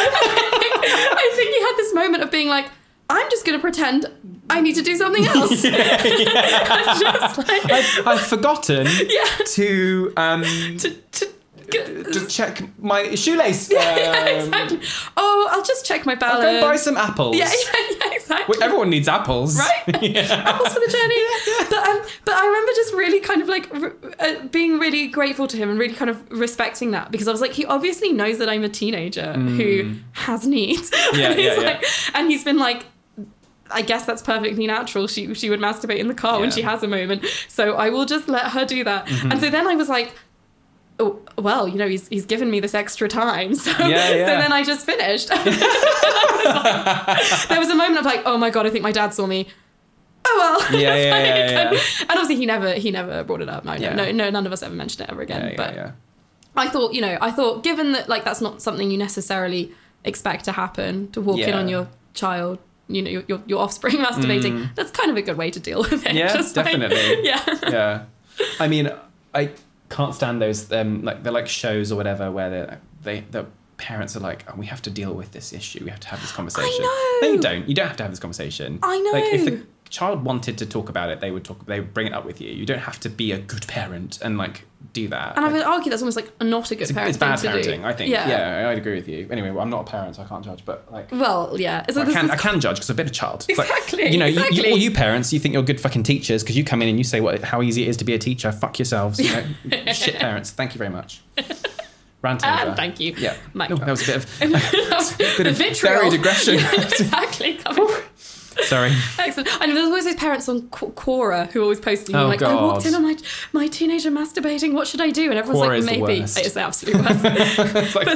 I think he had this moment of being like, I'm just going to pretend I need to do something else. just like, I've, I've forgotten yeah. to um To, to, to check my shoelace. yeah, Um, exactly. Oh, I'll just check my I'll balance. go buy some apples. yeah, yeah, yeah, exactly. Wait, everyone needs apples, Right? yeah. Apples for the journey. But um, but I remember just really kind of like r- uh, being really grateful to him and really kind of respecting that because I was like, he obviously knows that I'm a teenager who has needs. Hmm. Yeah, and, he's yeah, yeah. like, and he's been like, I guess that's perfectly natural. She she would masturbate in the car when Yeah. Mm-hmm. she has a moment, so I will just let her do that. And so then I was like. Oh, well, you know, he's, he's given me this extra time. So, Yeah, yeah. so then I just finished. there was a moment of like, oh my god, I think my dad saw me. Oh well. Yeah, yeah, yeah, yeah, and, yeah. obviously he never he never brought it up. No, no, Yeah. no, no, none of us ever mentioned it ever again. Yeah, yeah, but yeah. I thought, you know, I thought given that like that's not something you necessarily expect to happen to walk in Yeah. Mm. on your child, you know, your your, your offspring masturbating. That's kind of a good way to deal with it. Yeah, like- definitely. yeah. yeah. I mean, I can't stand those um, like they're like shows or whatever where they they the parents are like, oh, we have to deal with this issue. We have to have this conversation. No, you know. don't. You don't have to have this conversation. I Like if the know. child wanted to talk about it, they would talk. They would bring it up with you. You don't have to be a good parent and like do that. And I Like, would argue that's almost like not a good it's, parenting it's bad to parenting, do. I think. Yeah. yeah, I'd agree with you. Anyway, well, I'm not a parent, so I can't judge, but like. Well, yeah. So I this can, is I can judge because I've been a child. It's Exactly, you know, you, you, exactly. all you parents, you think you're good fucking teachers because you come in and you say what how easy it is to be a teacher. Fuck yourselves. You know, shit parents. Thank you very much. Rant over. and Ah, thank you. Yeah. Mike. Oh, that was a bit of, bit bit of buried aggression. exactly. Coming. Sorry. Excellent. And there's always those parents on Qu- Quora who always post, you know, Oh, like, I walked God. in on my, my teenager masturbating. What should I do? And everyone's Quora like, is the maybe. worst. It's the absolute worst. It's like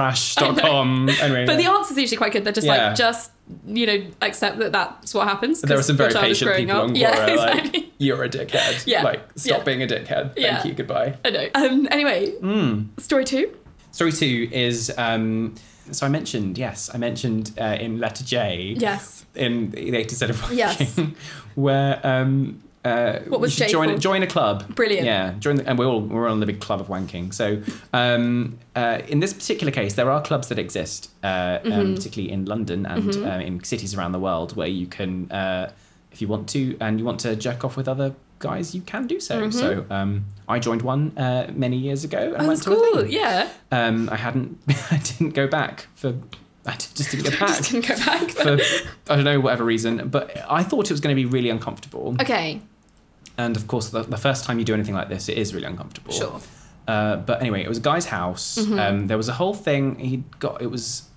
humantrash.com. Anyway, but the yeah. answer's usually quite good. They're just Yeah. like, just, you know, accept that that's what happens. there are 'cause some your very child is patient growing people on Quora. Yeah, exactly. Like, you're a dickhead. Yeah. Like, stop Yeah. being a dickhead. Thank Yeah. you. Goodbye. I know. Um, anyway, Hmm. story two. Story two is um, so I mentioned yes, I mentioned uh, in letter J. Yes. In the 80 set of walking, Yes. where um, uh, you What was should J join for? join a club. Brilliant. Yeah, join the, and we're all we're all in the big club of wanking. So um, uh, in this particular case, there are clubs that exist, uh, Mm-hmm. um, particularly in London and um, in cities around the world, where you can, uh, if you want to, and you want to jerk off with other guys, you can do so. So um, I joined one uh, many years ago. And Mm-hmm. Oh, went that's to a thing. cool. Yeah. Um, I hadn't, I didn't go back for, I just didn't go Just back didn't go back. for, I don't know, whatever reason. But I thought it was going to be really uncomfortable. okay, And of course, the, the first time you do anything like this, it is really uncomfortable. sure. Mm-hmm. Uh, but anyway, it was a guy's house. Um, there was a whole thing. He got it was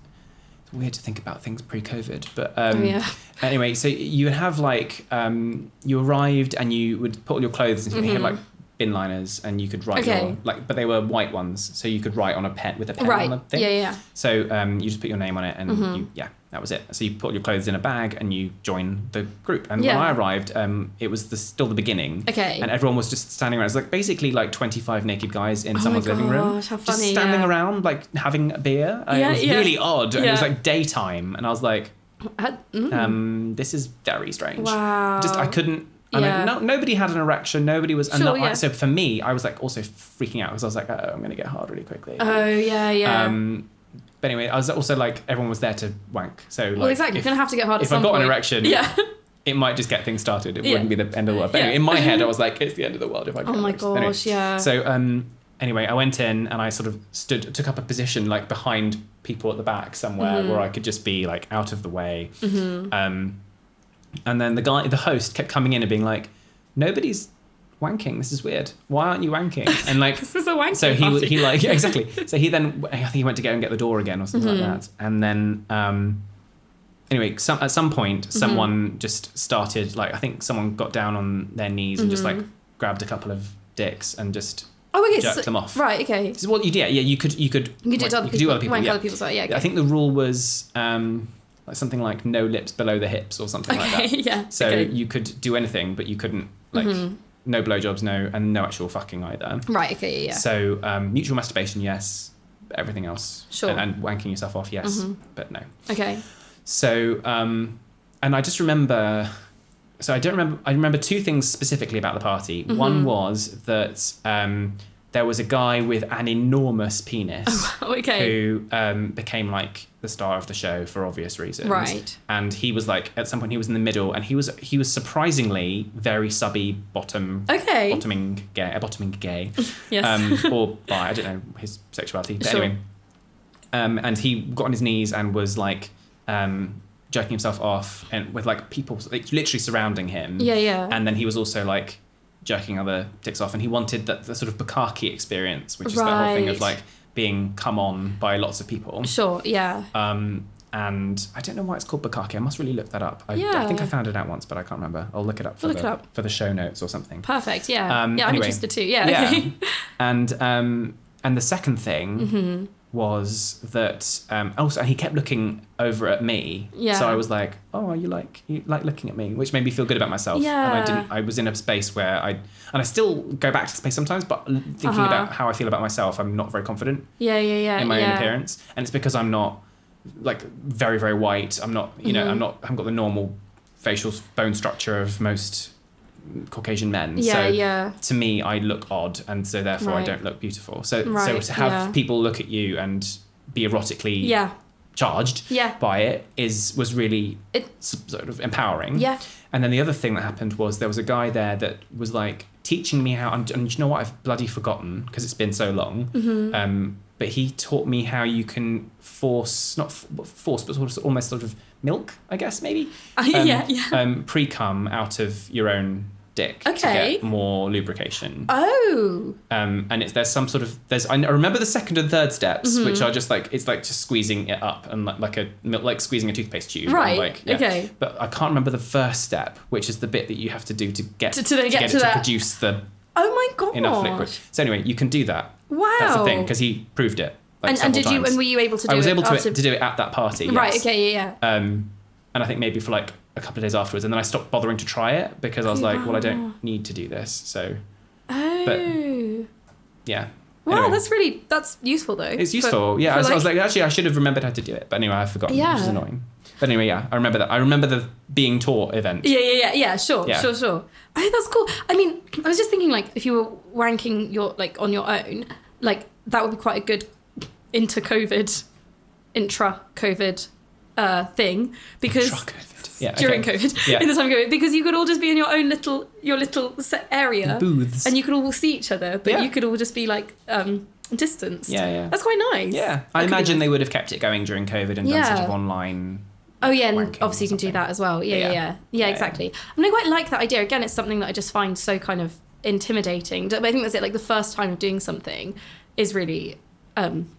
it's weird to think about things pre-COVID, but um, Oh, yeah. anyway, so you would have like um, you arrived and you would put all your clothes and you had like bin liners and you could write Mm-hmm. Okay. your, like, but they were white ones, so you could write on a pen with a pen Right. on the Yeah, thing. yeah. yeah. So um, you just put your name on it, and Mm-hmm. you, yeah, that was it. So you put your clothes in a bag and you join the group. And Yeah. when I arrived, um, it was the, still the beginning. Okay. And everyone was just standing around. It was like basically like twenty five naked guys in Oh my someone's living room, gosh, how just funny, standing yeah. around like having a beer. Uh, Yeah, it was yeah. really odd, and it was Yeah. like daytime, and I was like, Uh, mm. um, this is very strange. Wow. Just I couldn't. I Yeah. mean, no, nobody had an erection. Nobody was. and Sure, that- yeah. So for me, I was like also freaking out because I was like, oh, I'm going to get hard really quickly. Oh, yeah, yeah. Um, but anyway, I was also like, everyone was there to wank. So like, well, exactly. If, You're going to have to get hard at if I some got an point. erection, Yeah. it might just get things started. It Yeah. wouldn't be the end of the world. But Yeah. anyway, in my head, I was like, it's the end of the world if I. Get Oh an my erection. Anyway, gosh, yeah. So um, anyway, I went in and I sort of stood, took up a position like behind people at the back somewhere Mm-hmm. where I could just be like out of the way. Um, and then the guy, the host, kept coming in and being like, nobody's wanking. This is weird. Why aren't you wanking? And like, This is a wanking so he party. he like yeah, exactly. So he then I think he went to go and get the door again or something Mm-hmm. like that. And then um, anyway, some at some Mm-hmm. point someone just started like I think someone got down on their knees and just like grabbed a couple of dicks and just Oh, Mm-hmm. okay. jerked so- them off. Right. Okay. This is what you do. Yeah, yeah, you could you could You could do wank- it to other you could do people- other people. wank yeah. other people's- yeah, okay. I think the rule was um, like something like no lips below the hips or something Okay. like that. yeah. So okay. Mm-hmm. you could do anything, but you couldn't like no blowjobs, no, and no actual fucking either. Right. Okay. Yeah. yeah. So um, mutual masturbation, yes. Everything else, Sure. Mm-hmm. and, and wanking yourself off, yes, but no. okay. So, um, and I just remember. So I don't remember. I remember two things specifically about the party. Mm-hmm. One was that um, there was a guy with an enormous penis Oh, okay. who um, became like the star of the show for obvious reasons. Right. And he was like at some point he was in the middle, and he was he was surprisingly very subby bottom. Okay. Bottoming gay, a bottoming gay, Yes. um, or bi. I don't know his sexuality. But Sure. Anyway, um, and he got on his knees and was like um, jerking himself off, and with like people like, literally surrounding him. Yeah, yeah. And then he was also like jerking other dicks off, and he wanted that the sort of bukkake experience, which is that whole thing of Right. like being come on by lots of people. Sure. Yeah. Um, and I don't know why it's called bukkake. I must really look that up. I, I think I Yeah. found it out once, but I can't remember. I'll look it up for Look the it up. for the show notes or something. Perfect. Yeah. Um, yeah. I'm anyway. interested too. Yeah. Okay. and um, and the second thing Mm-hmm. was that um, also he kept looking over at me. Yeah. So I was like, oh, are you like you like looking at me, which made me feel good about myself. And I Yeah. didn't. I was in a space where I and I still go back to the space sometimes, but l- thinking Uh-huh. about how I feel about myself, I'm not very confident Yeah. Yeah. Yeah. in my yeah. own appearance, and it's because I'm not like very very white. I'm not you know I'm Mm-hmm. not I haven't got the normal facial bone structure of most Caucasian men. Yeah. so yeah. to me I look odd and so therefore I Right. don't look beautiful. So so Right, to have yeah. people look at you and be erotically Yeah. charged Yeah. by it is was really It- s- sort of empowering. Yeah. And then the other thing that happened was there was a guy there that was like teaching me how, and, and you know what? I've bloody forgotten because it's been so long. Mm-hmm. Um, but he taught me how you can force, not f- force, but sort of almost sort of milk, I guess maybe. Um, yeah. Yeah. Um, Pre cum out of your own dick Okay. to get more lubrication. Oh. Um, and it's, there's some sort of there's I remember the second and third steps, Mm-hmm. which are just like it's like just squeezing it up and like, like a mil- like squeezing a toothpaste tube. and, Right, like, okay. But I can't remember the first step, which is the bit that you have to do to get To- to then get it to that- produce the Oh my god. enough liquid. So anyway, you can do that. Wow. That's the thing because he proved it. Like, and, and several did you? times. And were you able to do I was it able to, after- to do it at that party. Right. yes. Okay. Yeah. Yeah. Um, and I think maybe for like a couple of days afterwards, and then I stopped bothering to try it because I was like, well, I don't need to do this. So Oh. but- yeah. wow. Anyway. That's really that's useful though. It's for- useful. yeah, for I was, I was like, actually, I should have remembered how to do it, but anyway, I've forgotten, which is Yeah. annoying. But anyway, yeah, I remember that. I remember the being taught event. Yeah, yeah, yeah, yeah. Sure, Yeah. sure, sure. Oh, that's cool. I mean, I was just thinking, like, if you were wanking your like on your own, like that would be quite a good inter COVID, intra COVID, uh, thing because Truck COVID. Yeah, during okay. COVID, Yeah. in the time of COVID, because you could all just be in your own little your little set area, Booths. and you could all see each other, but Yeah. you could all just be like um distanced. Yeah, yeah. That's quite nice. yeah, I That could be imagine nice. they would have kept it going during COVID and done sort Yeah. of online. Oh yeah, and wanking or obviously you can do something. that as well. Yeah, Yeah. yeah, yeah, yeah, Yeah, yeah. exactly. And I quite like that idea. Again, it's something that I just find so kind of intimidating. But I think that's it. Like the first time of doing something is really um,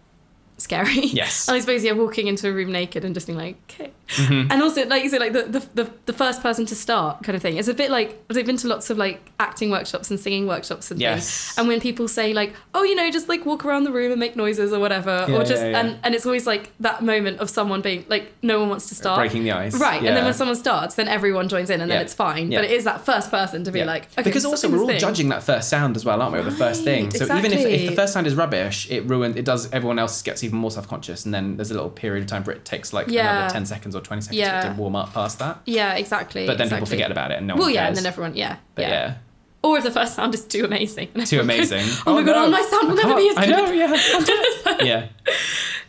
scary. Yes. and I suppose yeah, walking into a room naked and just being like, okay. Mm-hmm. And also like you said, like the, the the the first person to start kind of thing. It's a bit like I've been to lots of like acting workshops and singing workshops and Yes. things. And when people say like, oh, you know, just like walk around the room and make noises or whatever, Yeah, or just yeah, yeah. and and it's always like that moment of someone being like, no one wants to start Uh, Breaking the ice. right? And then Yeah. when someone starts, then everyone joins in, and Yeah. then it's fine. Yeah. But it is that first person to be Yeah. like, okay, because also we're all something's judging that first sound as well, aren't we? Or the first thing. Right, So even if, if the exactly. first sound is rubbish, it ruins. It does. Everyone else gets even more self conscious, and then there's a little period of time where it takes like Yeah. another ten seconds or twenty seconds Yeah. to warm up past that. thing. Yeah, exactly. But then people exactly. forget about it, and no Well, one yeah, cares. and then everyone, yeah, but yeah. yeah. Or if the first sound is too amazing, and too everyone goes, amazing. oh, my god, no. oh my sound will I never be as can't- I good. know, yeah. I can't do it. yeah.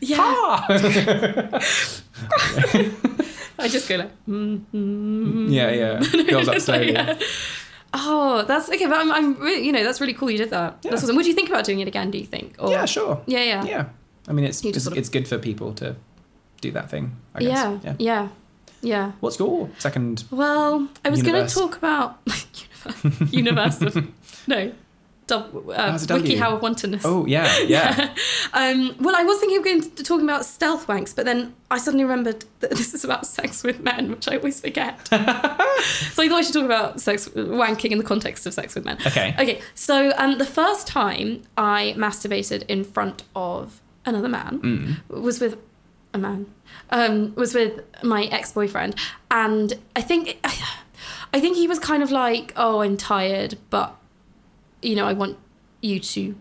Yeah, Ah! I just go like, "Hmm." yeah, yeah. Goes up slowly. Mm. yeah. oh, that's okay. But I'm, I'm really, you know, that's really cool. You did that. Yeah. That's awesome. Would you think about doing it again? Do you think? Or, Yeah, sure. Yeah, yeah, Yeah. I mean, it's You it's, just sort of- it's good for people to do that thing, I guess. yeah, yeah. yeah. yeah. What's your second? Well, I was going Universe. to talk about universe, universe of No. Dub, uh, it's a W. Wiki How of Wantonness. Oh yeah, yeah. Um, well, I was thinking of going to talking about stealth wanks, but then I suddenly remembered that this is about sex with men, which I always forget. so I thought I should talk about sex wanking in the context of sex with men. Okay. Okay. So um, the first time I masturbated in front of another man Mm. was with a man um, was with my ex-boyfriend, and I think I think he was kind of like, "Oh, I'm tired, but you know, I want you to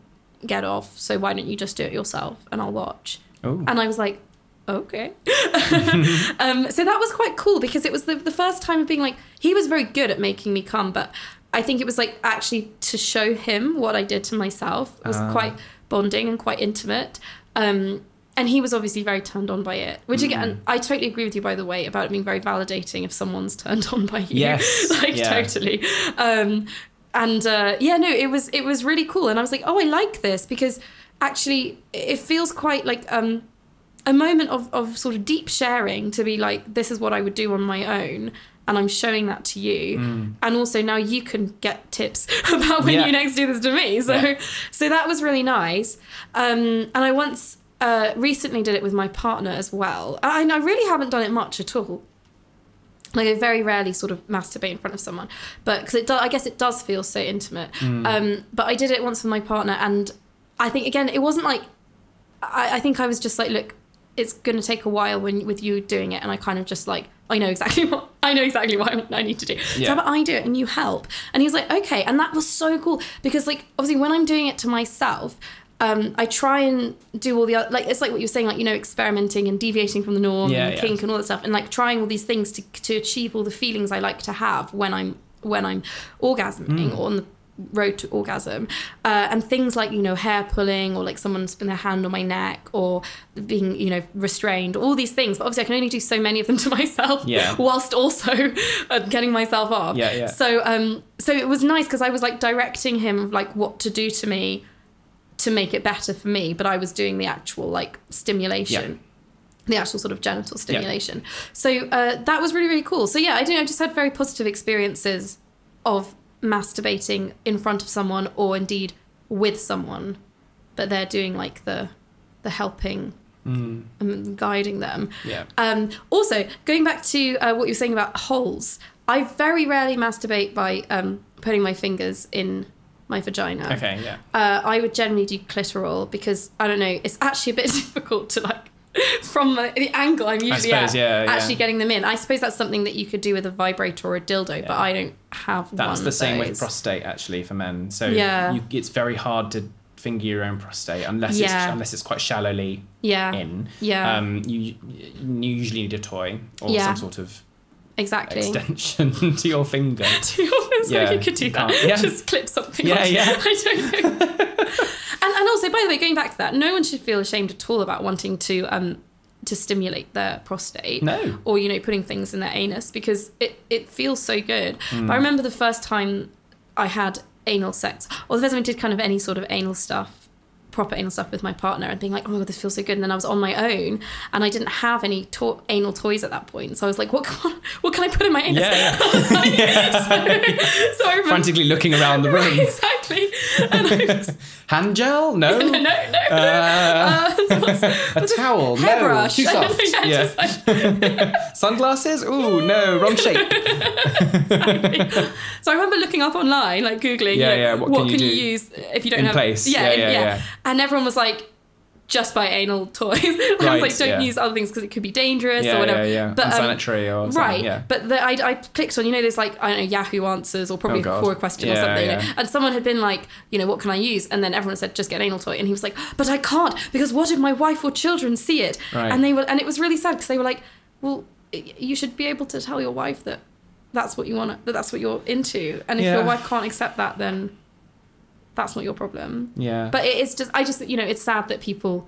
get off. So why don't you just do it yourself and I'll watch? Oh. And I was like, okay. um, so that was quite cool because it was the, the first time of being like, he was very good at making me come, but I think it was like actually to show him what I did to myself was Ah. quite bonding and quite intimate. Um, and he was obviously very turned on by it, which Mm. again, I totally agree with you, by the way, about it being very validating if someone's turned on by you. Yes. like, Yeah. totally. Um, and uh, yeah, no, it was it was really cool, and I was like, oh, I like this because actually it feels quite like um, a moment of of sort of deep sharing to be like, this is what I would do on my own. And I'm showing that to you, and also now you can get tips about when Mm. Yeah. you next do this to me. So, Yeah. so that was really nice. Um, and I once uh, recently did it with my partner as well. I, I really haven't done it much at all like I very rarely sort of masturbate in front of someone, but because it do, I guess it does feel so intimate. Mm. Um, but I did it once with my partner, and I think again it wasn't like I, I think I was just like, look, it's going to take a while when with you doing it, and I kind of just like I know exactly what I know exactly what I need to do. So Yeah. how about I do it and you help? And he was like, okay, and that was so cool because like obviously when I'm doing it to myself. Um, I try and do all the other, like it's like what you're saying, like you know, experimenting and deviating from the norm, Yeah, and yeah. kink and all that stuff, and like trying all these things to to achieve all the feelings I like to have when I'm when I'm orgasming Mm. or on the road to orgasm, uh, and things like you know hair pulling or like someone's putting their hand on my neck or being you know restrained, all these things. But obviously, I can only do so many of them to myself, Yeah. whilst also uh, getting myself off. Yeah, yeah. So um, so it was nice because I was like directing him like what to do to me to make it better for me, but I was doing the actual like stimulation. Yeah. The actual sort of genital stimulation. So uh, that was really, really cool. So yeah, I don't know, I just had very positive experiences of masturbating in front of someone or indeed with someone, but they're doing like the the helping and guiding them. Mm. Yeah. Um, also, going back to uh, what you were saying about holes, I very rarely masturbate by um, putting my fingers in my vagina Okay, yeah. uh, I would generally do clitoral because I don't know, it's actually a bit difficult to like from the, the angle I'm usually suppose, at yeah, yeah. actually getting them in. I suppose that's something that you could do with a vibrator or a dildo, but Yeah. I don't have one. That's the of same with those. prostate actually for men. So Yeah. you, it's very hard to finger your own prostate unless Yeah. it's unless it's quite shallowly Yeah, in. Yeah. Um, you, you usually need a toy or Yeah. some sort of exactly. extension to your finger. to your friends where Yeah, you could do you that. can't- yeah. Just clip something. Yeah, onto- yeah. I don't know. and, and also, by the way, going back to that, no one should feel ashamed at all about wanting to um to stimulate their prostate. No. Or you know, putting things in their anus because it it feels so good. Hmm. But I remember the first time I had anal sex, or the first time I did kind of any sort of anal stuff proper anal stuff with my partner and being like, oh my god, this feels so good. And then I was on my own and I didn't have any to- anal toys at that point. So I was like, what can, what can I put in my anus? Yeah, yeah. I was like, so, so I remember, Frantically looking around the room. exactly. And I was, Hand gel? No. no, no, no. Uh, Uh, what's- a towel? No. hairbrush. Too I don't soft. know, yeah. just like- Sunglasses? Ooh, no. Wrong shape. So I remember looking up online, like googling, Yeah, you know, yeah, What, can, you, do use if you don't in have place? Yeah, Yeah, in- yeah, yeah. And everyone was like, just buy anal toys. I was Right, like, don't yeah. use other things because it could be dangerous Yeah, or whatever. yeah, yeah. But, um, Unsanitary or something, right. yeah. But the, I, I clicked on, you know, there's like I don't know Yahoo answers or probably Oh, God. Quora question or Yeah, something, yeah. and someone had been like, you know, what can I use? And then everyone said, just get an anal toy, and he was like, but I can't because what if my wife or children see it? Right. And they were, and it was really sad because they were like, well, y- you should be able to tell your wife that that's what you want, that that's what you're into, and if your Yeah. wife can't accept that, then that's not your problem. Yeah. But it is just, I just, you know, it's sad that people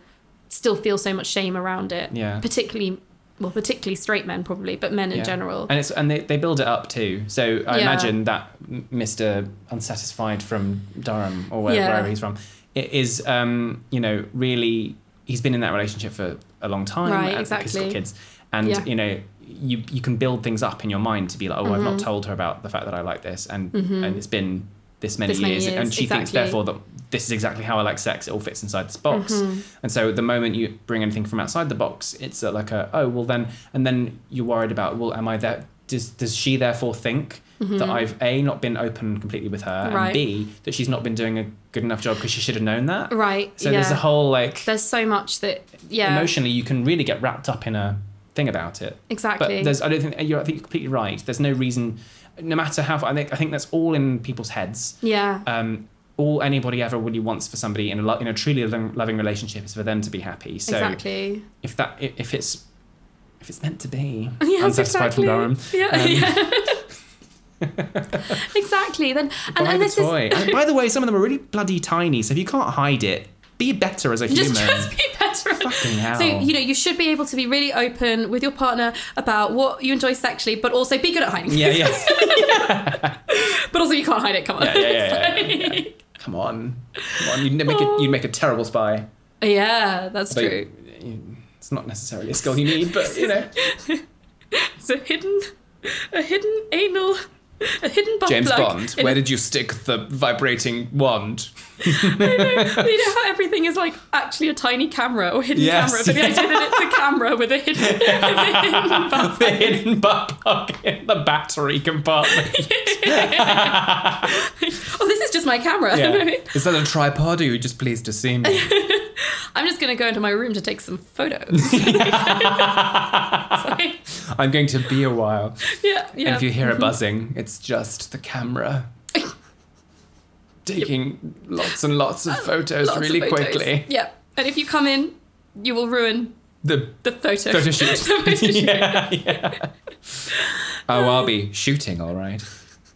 still feel so much shame around it. Yeah. Particularly, well, particularly straight men probably, but men in Yeah. general. And it's and they, they build it up too. So I Yeah. imagine that m- Mr. Unsatisfied from Durham or where, Yeah. wherever he's from i- is um, you know really he's been in that relationship for a long time Right, and because he's got exactly. kids and Yeah. you know you Mm-hmm. you can build things up in your mind to be like oh I've not told her about the fact that I like this and and it's been this many, This many years, and years, she thinks exactly. therefore that this is exactly how I like sex. It all fits inside this box, Mm-hmm. and so the moment you bring anything from outside the box, it's uh, like a oh well then, and then you're worried about well am I there? Does does she therefore think? That I've a not been open completely with her, and Mm-hmm. Right. b that she's not been doing a good enough job because she should have known that. Right. So yeah. there's a whole like There's so much that yeah. emotionally you can really get wrapped up in a thing about it. Exactly. But there's I don't think you're I think you're completely right. There's no reason no matter how I think I think that's all in people's heads. yeah. Um all anybody ever really wants for somebody in a lo- in a truly loving, loving relationship is for them to be happy. So exactly. if that if, if it's if it's meant to be Yes, unsatisfied exactly. from Durham, Yeah. Um, yeah. exactly. Then and, buy and the this toy. is And by the way, some of them are really bloody tiny. So if you can't hide it, be better as a just, human. just be better. at- Fucking hell. So you know you should be able to be really open with your partner about what you enjoy sexually, but also be good at hiding. yeah, things. yeah. But also you can't hide it. Come on. Yeah, yeah, yeah, yeah, It's yeah, like- Come on, come on. You'd make a, you'd make a terrible spy. Yeah, that's But Oh. true. you- It's not necessarily a skill you need, but you know, It's a hidden, a hidden anal, a hidden butt James plug. Bond. in- Where did you stick the vibrating wand? you know how everything is like actually a tiny camera or hidden Yes. camera, but the idea that it's a camera with a hidden, with a hidden butt. the hidden butt plug in the battery compartment. Oh, this is just my camera. Is that a tripod? Or are you just pleased to see me? I'm just gonna go into my room to take some photos. It's I'm going to be a while. like, yeah, yeah. Mm-hmm. And if you hear a buzzing, it's just the camera taking lots and lots of photos Lots of really photos. quickly. Yeah, and if you come in, you will ruin The the photo. Photo shoot. The photo shoot. yeah, yeah. Oh, I'll be shooting, all right.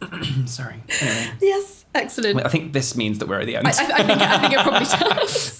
Sorry. Anyway, Yes, excellent. I think this means that we're at the end. I, I, I think, I think it probably does.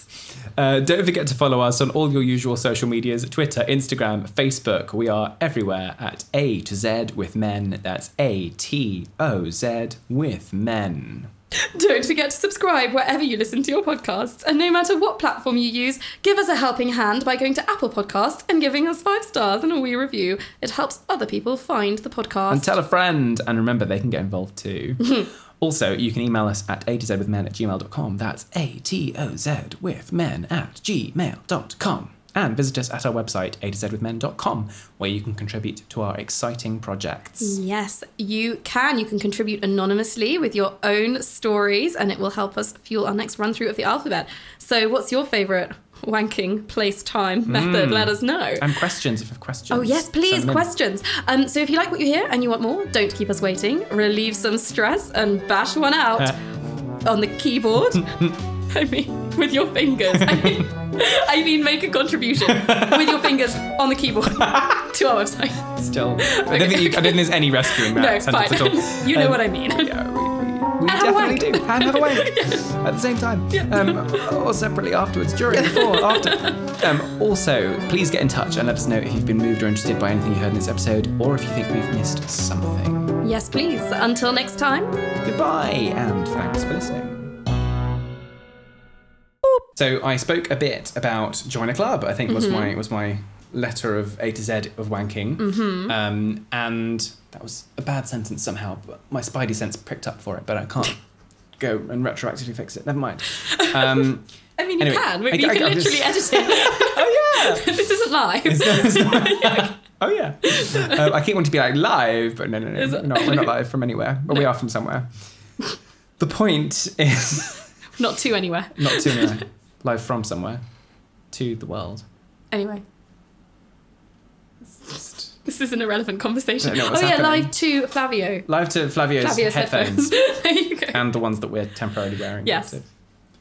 Uh, don't forget to follow us on all your usual social medias Twitter, Instagram, Facebook. We are everywhere at A to Z with men. That's A T O Z with men. Don't forget to subscribe wherever you listen to your podcasts. And no matter what platform you use, give us a helping hand by going to Apple Podcasts and giving us five stars and a wee review. It helps other people find the podcast. And tell a friend. And remember, they can get involved too. also, you can email us at A to Z with men at gmail.com. That's A T O Z with men at gmail.com. And visit us at our website, A to Z with men.com, where you can contribute to our exciting Mm. projects. Yes, you can. You can contribute anonymously with your own stories, and it will help us fuel our next run through of the alphabet. So, what's your favourite wanking place time method? Let us know. And questions, if you have questions. Oh, yes, please, send them in. questions. Um, so, if you like what you hear and you want more, don't keep us waiting. Relieve some stress and bash one out Uh. on the keyboard. I mean, with your fingers. I mean, I mean, make a contribution with your fingers on the keyboard to our website. Still, I don't think, you, I don't think there's any rescue in that No, sentence at all. fine. you know Um, what I mean. Yeah, we, we, we And have a wank. definitely do. And have a wank at the same time, um, or separately afterwards, during, before, after. Um, also, please get in touch and let us know if you've been moved or interested by anything you heard in this episode, or if you think we've missed something. Yes, please. Until next time. Goodbye, and thanks for listening. So I spoke a bit about join a club. I think Mm-hmm. was my was my letter of A to Z of wanking, Mm-hmm. um, and that was a bad sentence somehow. But my spidey sense pricked up for it, but I can't go and retroactively fix it. Never mind. Um, I mean, Anyway, you can. I- you I- can I'm literally edit oh yeah. it. this isn't live. oh yeah. Um, I keep wanting to be like live, but no, no, no, Is we're it- not, we're not live from anywhere, but we are from somewhere. The point is. Not to anywhere. Not to anywhere. Live from somewhere. To the world. Anyway, Just this is an irrelevant conversation. Don't know Oh what's yeah, happening. live to Flavio. Live to Flavio's, Flavio's headphones. headphones. there you go. and the ones that we're temporarily wearing. Yes. So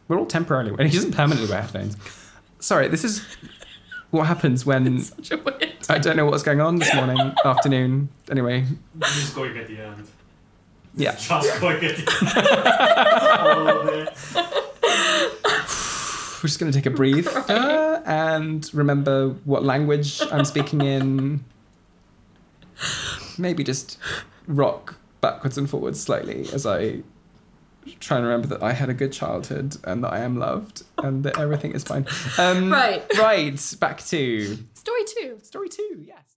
We're all temporarily wearing. He doesn't permanently wear headphones. Sorry, this is what happens when Such a weird. I don't know what's going on this morning, afternoon. Anyway, just going at the end. yeah. Just going at the end. All of it. We're just going to take a breathe uh, and remember what language I'm speaking in. Maybe just rock backwards and forwards slightly as I try and remember that I had a good childhood and that I am loved and that everything is fine. Um, Right. Right. Back to Story two. story two. Yes.